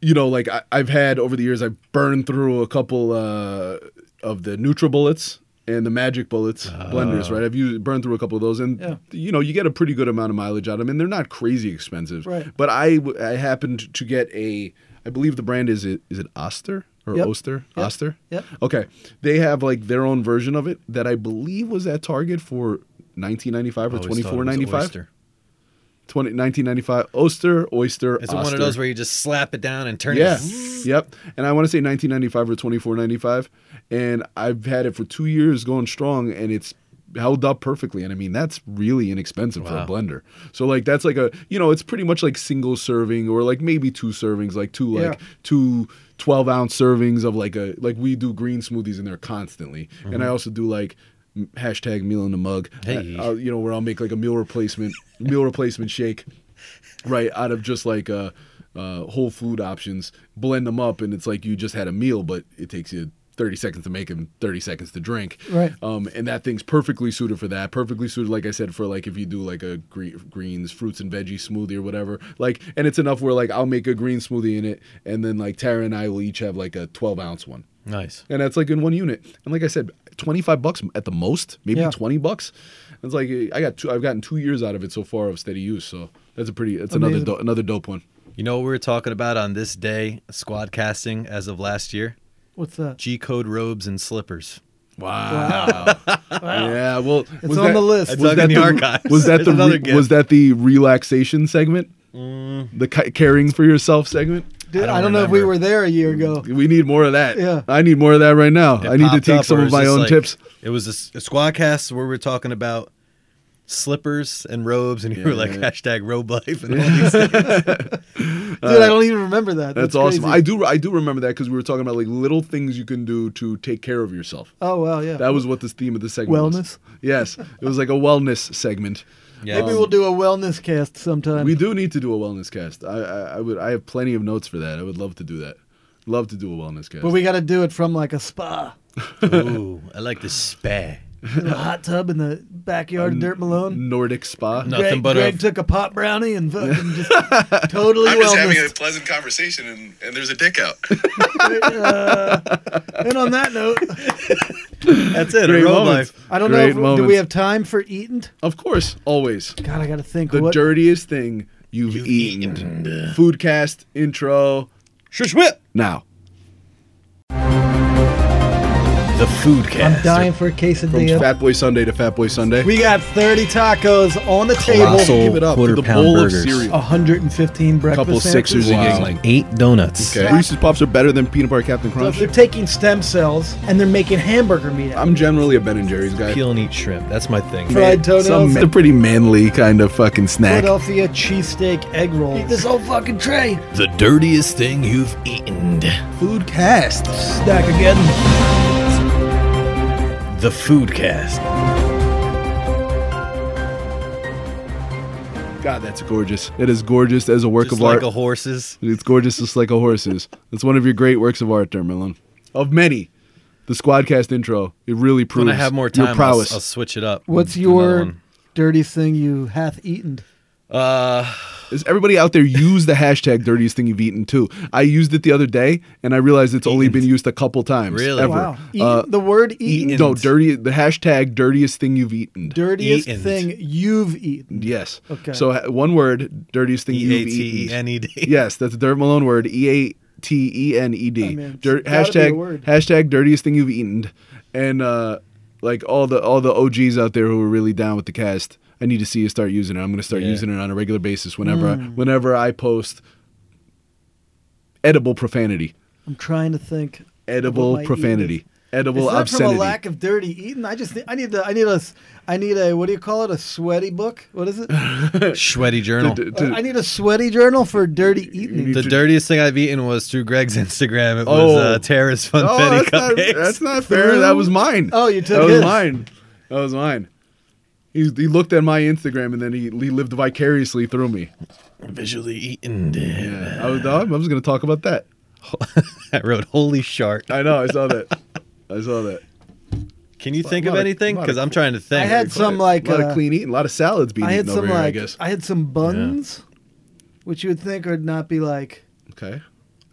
you know, like I, I've had over the years, I burned through a couple uh, of the Nutra bullets and the Magic bullets blenders, right? I've used, burned through a couple of those, and Ah. Yeah. you know, you get a pretty good amount of mileage out of them, and they're not crazy expensive. Right. But I w- I happened to get a, I believe the brand is it is it Oster or Yep. Oster Yep. Oster. Yep. Okay, they have like their own version of it that I believe was at Target for. 1995 or I always thought it was 24.95 oyster. 20, 1995 oyster oyster it's one Oster. of those where you just slap it down and turn Yeah. it Yep. And I want to say 1995 or 2495, and I've had it for two years going strong, and it's held up perfectly. And I mean, that's really inexpensive for a Wow. blender. So like, that's like a you know, it's pretty much like single serving or like maybe two servings, like two like Yeah. two 12 ounce servings of like a like we do green smoothies in there constantly, and I also do like. m- Hashtag meal in the mug. Mm-hmm. Hey. I- I'll- you know where I'll make like a meal replacement meal replacement shake right out of just like uh, uh, whole food options blend them up and it's like you just had a meal but it takes you 30 seconds to make and 30 seconds to drink Right. um, and that thing's perfectly suited for that perfectly suited like i said for like if you do like a gre- greens fruits and veggie smoothie or whatever like and it's enough where like i'll make a green smoothie in it and then like tara and i will each have like a 12 ounce one nice and that's like in one unit. And like I said, twenty five bucks at the most, maybe Yeah. twenty bucks. It's like I got two, I've gotten two years out of it so far of steady use. So that's a pretty. That's another Amazing. do, another dope one. you know what we were talking about on this day squad casting as of last year What's that? g code robes and slippers Wow. Yeah. Well, it's on the list. I dug in the archives. Was that It's the another re- gift. was that the relaxation segment? Mm. The ca- caring for yourself segment. Dude, I don't, don't know if we remember. were there a year ago. We need more of that. Yeah. I need more of that right now. it I need to popped take up, some or it was of my just own like- tips. It was a, s- a squad cast where we were talking about slippers and robes, and you were Yeah, like yeah. hashtag robe life and all these things. Dude, I don't even remember that. That's, That's, awesome. crazy. I do I do remember that because we were talking about like little things you can do to take care of yourself. Oh wow, yeah. That was what the theme of the segment was. Wellness? Yes, it was like a wellness segment. Yeah, Maybe we'll do a wellness cast sometime. We do need to do a wellness cast. I, I, I would I have plenty of notes for that. I would love to do that. Love to do a wellness cast. but we got to do it from like a spa, Ooh, I like the spa. a hot tub in the backyard, of Dirt Malone. Nordic spa. No. Greg, nothing but a- Greg took a pot brownie and fucking just totally I'm just having a wellness. pleasant conversation, and, and there's a dick out. and on that note, That's it. Great a robe moments. life. I don't Great know. If, do we moments. have time for eating? Of course, always God, I got to think. the what, dirtiest thing you've, eaten. Food cast intro Shush whip. now. The food cast. I'm dying for a From quesadilla. Fat Boy Sunday to Fat Boy Sunday. We got 30 tacos on the Colossal. table. give it up Quarter for the pound bowl burgers. of Oh, cereal. 115 breakfast Couple sixers sandwiches. you get, Wow. Eight donuts. Okay. Reese's Pops are better than peanut butter Captain So Crunch. they're taking stem cells and they're making hamburger meat. out of I'm generally a Ben and Jerry's guy. Peel and eat shrimp. That's my thing. it. fried toenails, Some, it's a pretty manly kind of fucking snack. Philadelphia cheesesteak egg rolls. Eat this whole fucking tray. The dirtiest thing you've eaten. Food cast. Snack again. The food cast. God, that's gorgeous. It is gorgeous as a work Just of like art. a horse's. it's gorgeous just like a horse's. It's one of your great works of art, Dermelin. Of many. The Squadcast intro. It really proves When I have more your time, I'll, prowess. s- I'll switch it up. What's Do another your one. dirtiest thing you hath eaten? Uh, is everybody out there use the hashtag dirtiest thing you've eaten too. I used it the other day and I realized it's only been used a couple times. Really? Ever. Wow. Eaten, Uh, the word eaten. eaten, No, dirty. The hashtag dirtiest thing you've eaten. dirtiest eaten. thing you've eaten. yes. Okay. So uh, one word, dirtiest thing E A you've T E eaten. N E D. Yes, that's a Dirt Malone word. E A T E N E Oh, D. man, Dirt- it's gotta be a Hashtag word. hashtag dirtiest thing you've eaten, and uh, like all the all the OGs out there who are really down with the cast. I need to see you start using it. I'm going to start Yeah. using it on a regular basis whenever Mm. whenever I post edible profanity, I'm trying to think. edible my eating profanity, is. edible it's not obscenity. from a lack of dirty eating. I just need, I need the I need a s- I need a what do you call it a sweaty book? What is it? Uh, Sweaty journal. To- to- I need a sweaty journal for dirty eating. The dirtiest thing I've eaten was through Greg's Instagram. It was Oh. uh, Tara's oh, funfetti that's not, cupcakes. that's not fair. That was mine. Oh, you took that was his. mine. That was mine. He, he looked at my Instagram and then he, he lived vicariously through me. Visually eaten. Yeah, I was, I was going to talk about that. I wrote "Holy shark." I know. I saw that. I saw that. Can you think lot of of- anything? lot of Because I'm cool- trying to think. I had some like a lot uh, of clean eating, a lot of salads being I had eaten some over here. I like guess. I had some buns, which you would think would not be like Okay.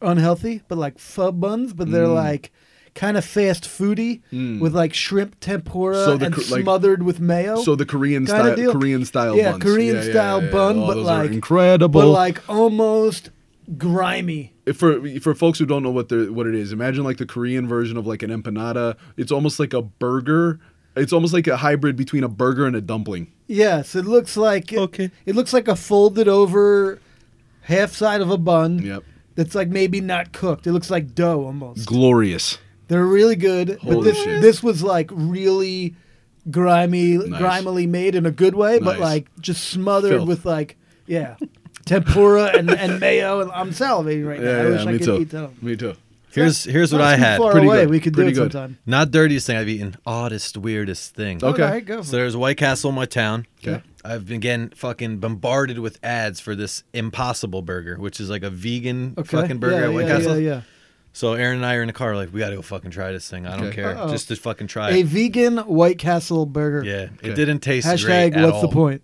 unhealthy, but like pho buns, but they're Mm. like kind of fast foody with like shrimp tempura So the and cr- like- smothered with mayo. So the Korean Kinda style, deal. Korean style, Yeah, buns. Korean style bun, Oh, but those are like- incredible. but like almost grimy. for for folks who don't know what the what it is, imagine like the Korean version of like an empanada. It's almost like a burger. It's almost like a hybrid between a burger and a dumpling. Yes, it looks like it, Okay. It looks like a folded over half side of a bun. Yep. That's like maybe not cooked. It looks like dough almost. Glorious. They're really good, but Holy this shit. this was like really grimy, grimily made in a good way, but Nice. like just smothered Filth. with like yeah, tempura and, and mayo. And I'm salivating right now. I wish I could eat that. Me too. here's here's what Not I too had. Far Pretty away, good. we could Pretty do it good. sometime. Not dirtiest thing I've eaten. Oddest, weirdest thing. Okay. All right, go. So there's White Castle in my town. Okay. I've been getting fucking bombarded with ads for this Impossible Burger, which is like a vegan okay. fucking burger yeah, at White yeah, Castle. Yeah, yeah. So Aaron and I are in the car, like we gotta go fucking try this thing. I don't Okay. care, Uh-oh. just to fucking try A it. vegan White Castle burger. Yeah, Okay. it didn't taste great Hashtag at what's all. the point?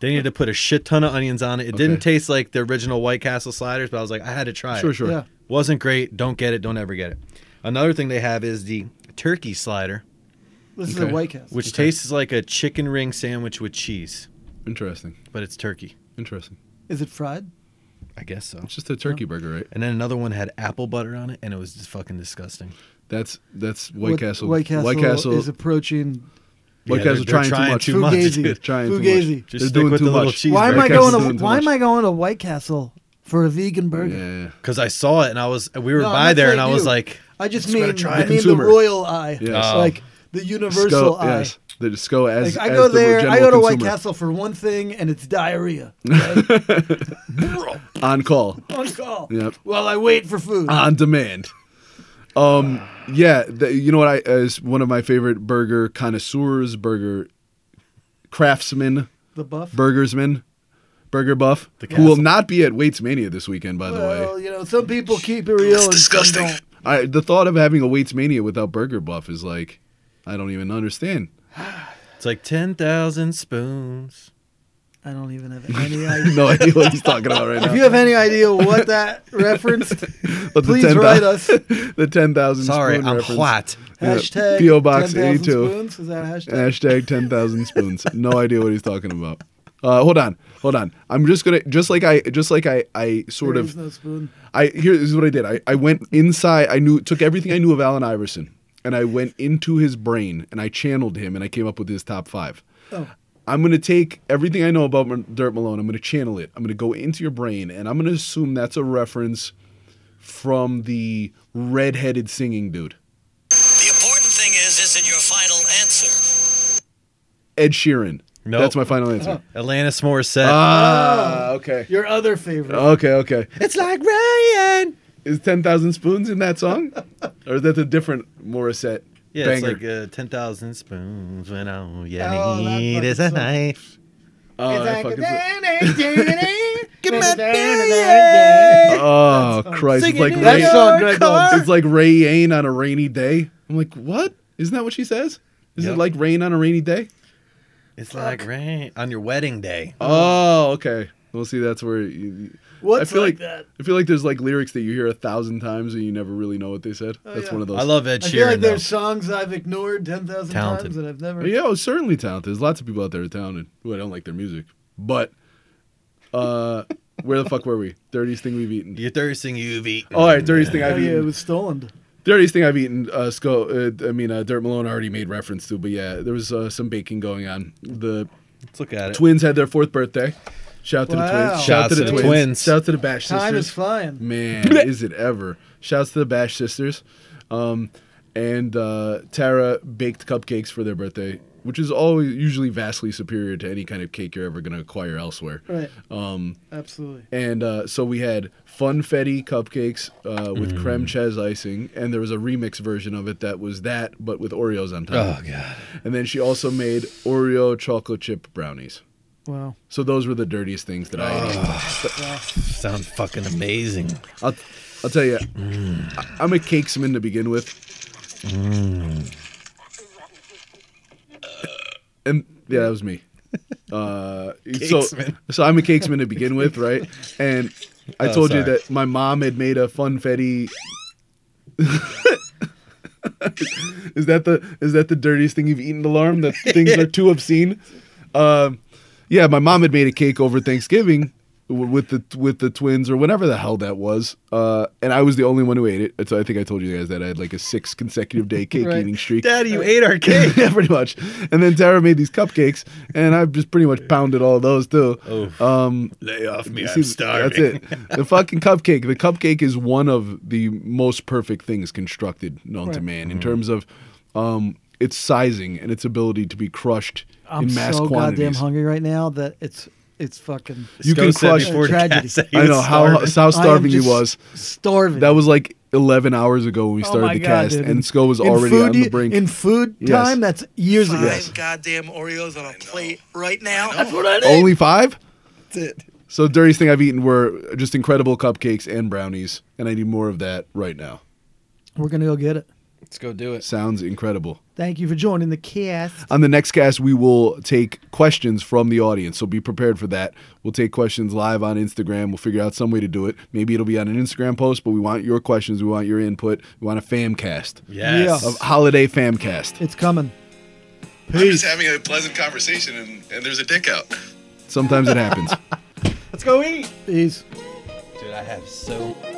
They needed to put a shit ton of onions on it. It Okay. didn't taste like the original White Castle sliders, but I was like, I had to try Sure, it. sure. Yeah. Wasn't great. Don't get it. Don't ever get it. Another thing they have is the turkey slider, This is Okay. a White Castle. which tastes like a chicken ring sandwich with cheese, Interesting. but it's turkey. Interesting. Is it fried? I guess so. It's just a turkey burger, right? And then another one had apple butter on it, and it was just fucking disgusting. That's that's White What- Castle. White Castle. White Castle. is approaching. White Yeah, they're- Castle trying, they're trying too too much. much. Fugazi. dude. Trying too Fugazi. much. Just They're stick doing with too the little much. cheese Why am I White going? Castle's To, doing too why am much. I going to White Castle for a vegan burger? Yeah, yeah, yeah. Because I saw it, and I was we were No, I'm by not there, saying and I was you. like, I just gotta mean, try I it. mean the Consumer. royal eye, Yes. Oh. like the universal Sco- eye. Yes, the disco as Like I as go the there, I general go to White consumer. Castle for one thing, and it's diarrhea. right? on call, On call. Yep. Ah. While I wait for food. on demand. Um, yeah, the, you know what? I as one of my favorite burger connoisseurs, burger craftsmen, the buff. burgersmen, burger buff, who Castle. will not be at Waits Mania this weekend. By the well, way, you know, some people keep it real. and some disgusting. don't. I the thought of having a Waits Mania without burger buff is like, I don't even understand. it's like ten thousand spoons. I don't even have any idea. No idea what he's talking about right now. If you have any idea what that referenced, But the please 10,000 write us. the ten thousand. Sorry, I'm what? Yeah. Hashtag P.O. Box 10,000 82. Spoons? Is that a hashtag? Hashtag ten thousand spoons. No idea what he's talking about. Uh, hold on, hold on. I'm just gonna just like I just like I I sort There of is no spoon. I here is what I did. I, I went inside. I knew took everything I knew of Allen Iverson, and I went into his brain and I channeled him, and I came up with his top five. Oh. I'm gonna take everything I know about Mar- Dirt Malone. I'm gonna channel it. I'm gonna go into your brain, and I'm gonna assume that's a reference from the redheaded singing dude, The important thing is, is it your final answer? Ed Sheeran. Nope. that's my final answer. Atlantis Morissette. Ah, okay. Your other favorite. Okay, okay. it's like Ryan. Is ten thousand spoons in that song, or is that a different Morissette Yeah, banger? it's like uh, ten thousand spoons when all you Oh, that need fucking is a song. knife. oh, I fucking- that Oh, Christ! It's like Singing Ray, in song, your Greg car. loves. it's like Ray Ain on a rainy day. I'm like, what? Isn't that what she says? Is Yep. it like rain on a rainy day? It's like rain on your wedding day. Oh, okay. Well, see, that's where you, What's I feel like like, that? I feel like there's like lyrics that you hear a thousand times and you never really know what they said. that's yeah. one of those. I love Ed I feel Sheeran. like though. there's songs I've ignored ten thousand Talented. times and I've never. But yeah, oh, certainly talented. There's lots of people out there who are talented who I don't like their music. But uh, where the fuck were we? Dirtiest thing we've eaten. Your thirst thing you've eaten. Oh, all right, dirtiest thing Oh, I've yeah, it eaten. was stolen. Dirtiest thing I've eaten. Uh, Sco, uh, I mean, uh, Dirt Malone already made reference to, but yeah, there was uh, some baking going on. The Let's look at it. twins had their fourth birthday. Shout to the Wow. twins. Shouts to the twins. Shout out to the Bash sisters. Time is flying. Man, is it ever? Shouts to the Bash sisters. Um, and uh, Tara baked cupcakes for their birthday, which is always usually vastly superior to any kind of cake you're ever going to acquire elsewhere. Right. Um, Absolutely. and uh, so we had funfetti cupcakes uh, Mm. with creme ches icing, and there was a remix version of it that was that, but with Oreos on top. Oh god. And then she also made Oreo chocolate chip brownies. Wow. So those were the dirtiest things that Oh, I ate. Sounds fucking amazing. I'll, I'll tell you, I- I'm a cakesman to begin with. And yeah, that was me. Uh, so, Cakesman. so I'm a cakesman to begin with, right? And I Oh, told you sorry. that my mom had made a funfetti. is that the is that the dirtiest thing you've eaten alarm? That things are too obscene. Um, yeah, my mom had made a cake over Thanksgiving w- with the with the twins or whatever the hell that was, uh, and I was the only one who ate it. So I think I told you guys that I had like a six consecutive day cake Right. eating streak. Daddy, you ate our cake. yeah, pretty much. And then Tara made these cupcakes, and I just pretty much pounded all those too. Um, Lay off me, see, That's it. The fucking cupcake. The cupcake is one of the most perfect things constructed known to Right. man Mm-hmm. in terms of um, its sizing and its ability to be crushed I'm in mass so quantities. goddamn hungry right me four cats. I am just- I am just starving. right now that it's it's fucking. You can crush. before- tragedy. I know how how starving he was. Starving. Oh That was like 11 hours ago when we started the cast, and Sko was already on the brink. In food Yes. time, that's years Five ago. goddamn Oreos on a plate right now. Only five? it. So dirtiest thing I've eaten were just incredible cupcakes and brownies, and I need more of that right now. We're gonna go get it. Let's go do it. Sounds incredible. Thank you for joining the cast. On the next cast, we will take questions from the audience, so be prepared for that. We'll take questions live on Instagram. We'll figure out some way to do it. Maybe it'll be on an Instagram post, but we want your questions. We want your input. We want a fam cast, Yes. a holiday fam cast. It's coming. We're just having a pleasant conversation, and, and there's a dick out. Sometimes it happens. Peace. Dude, I have so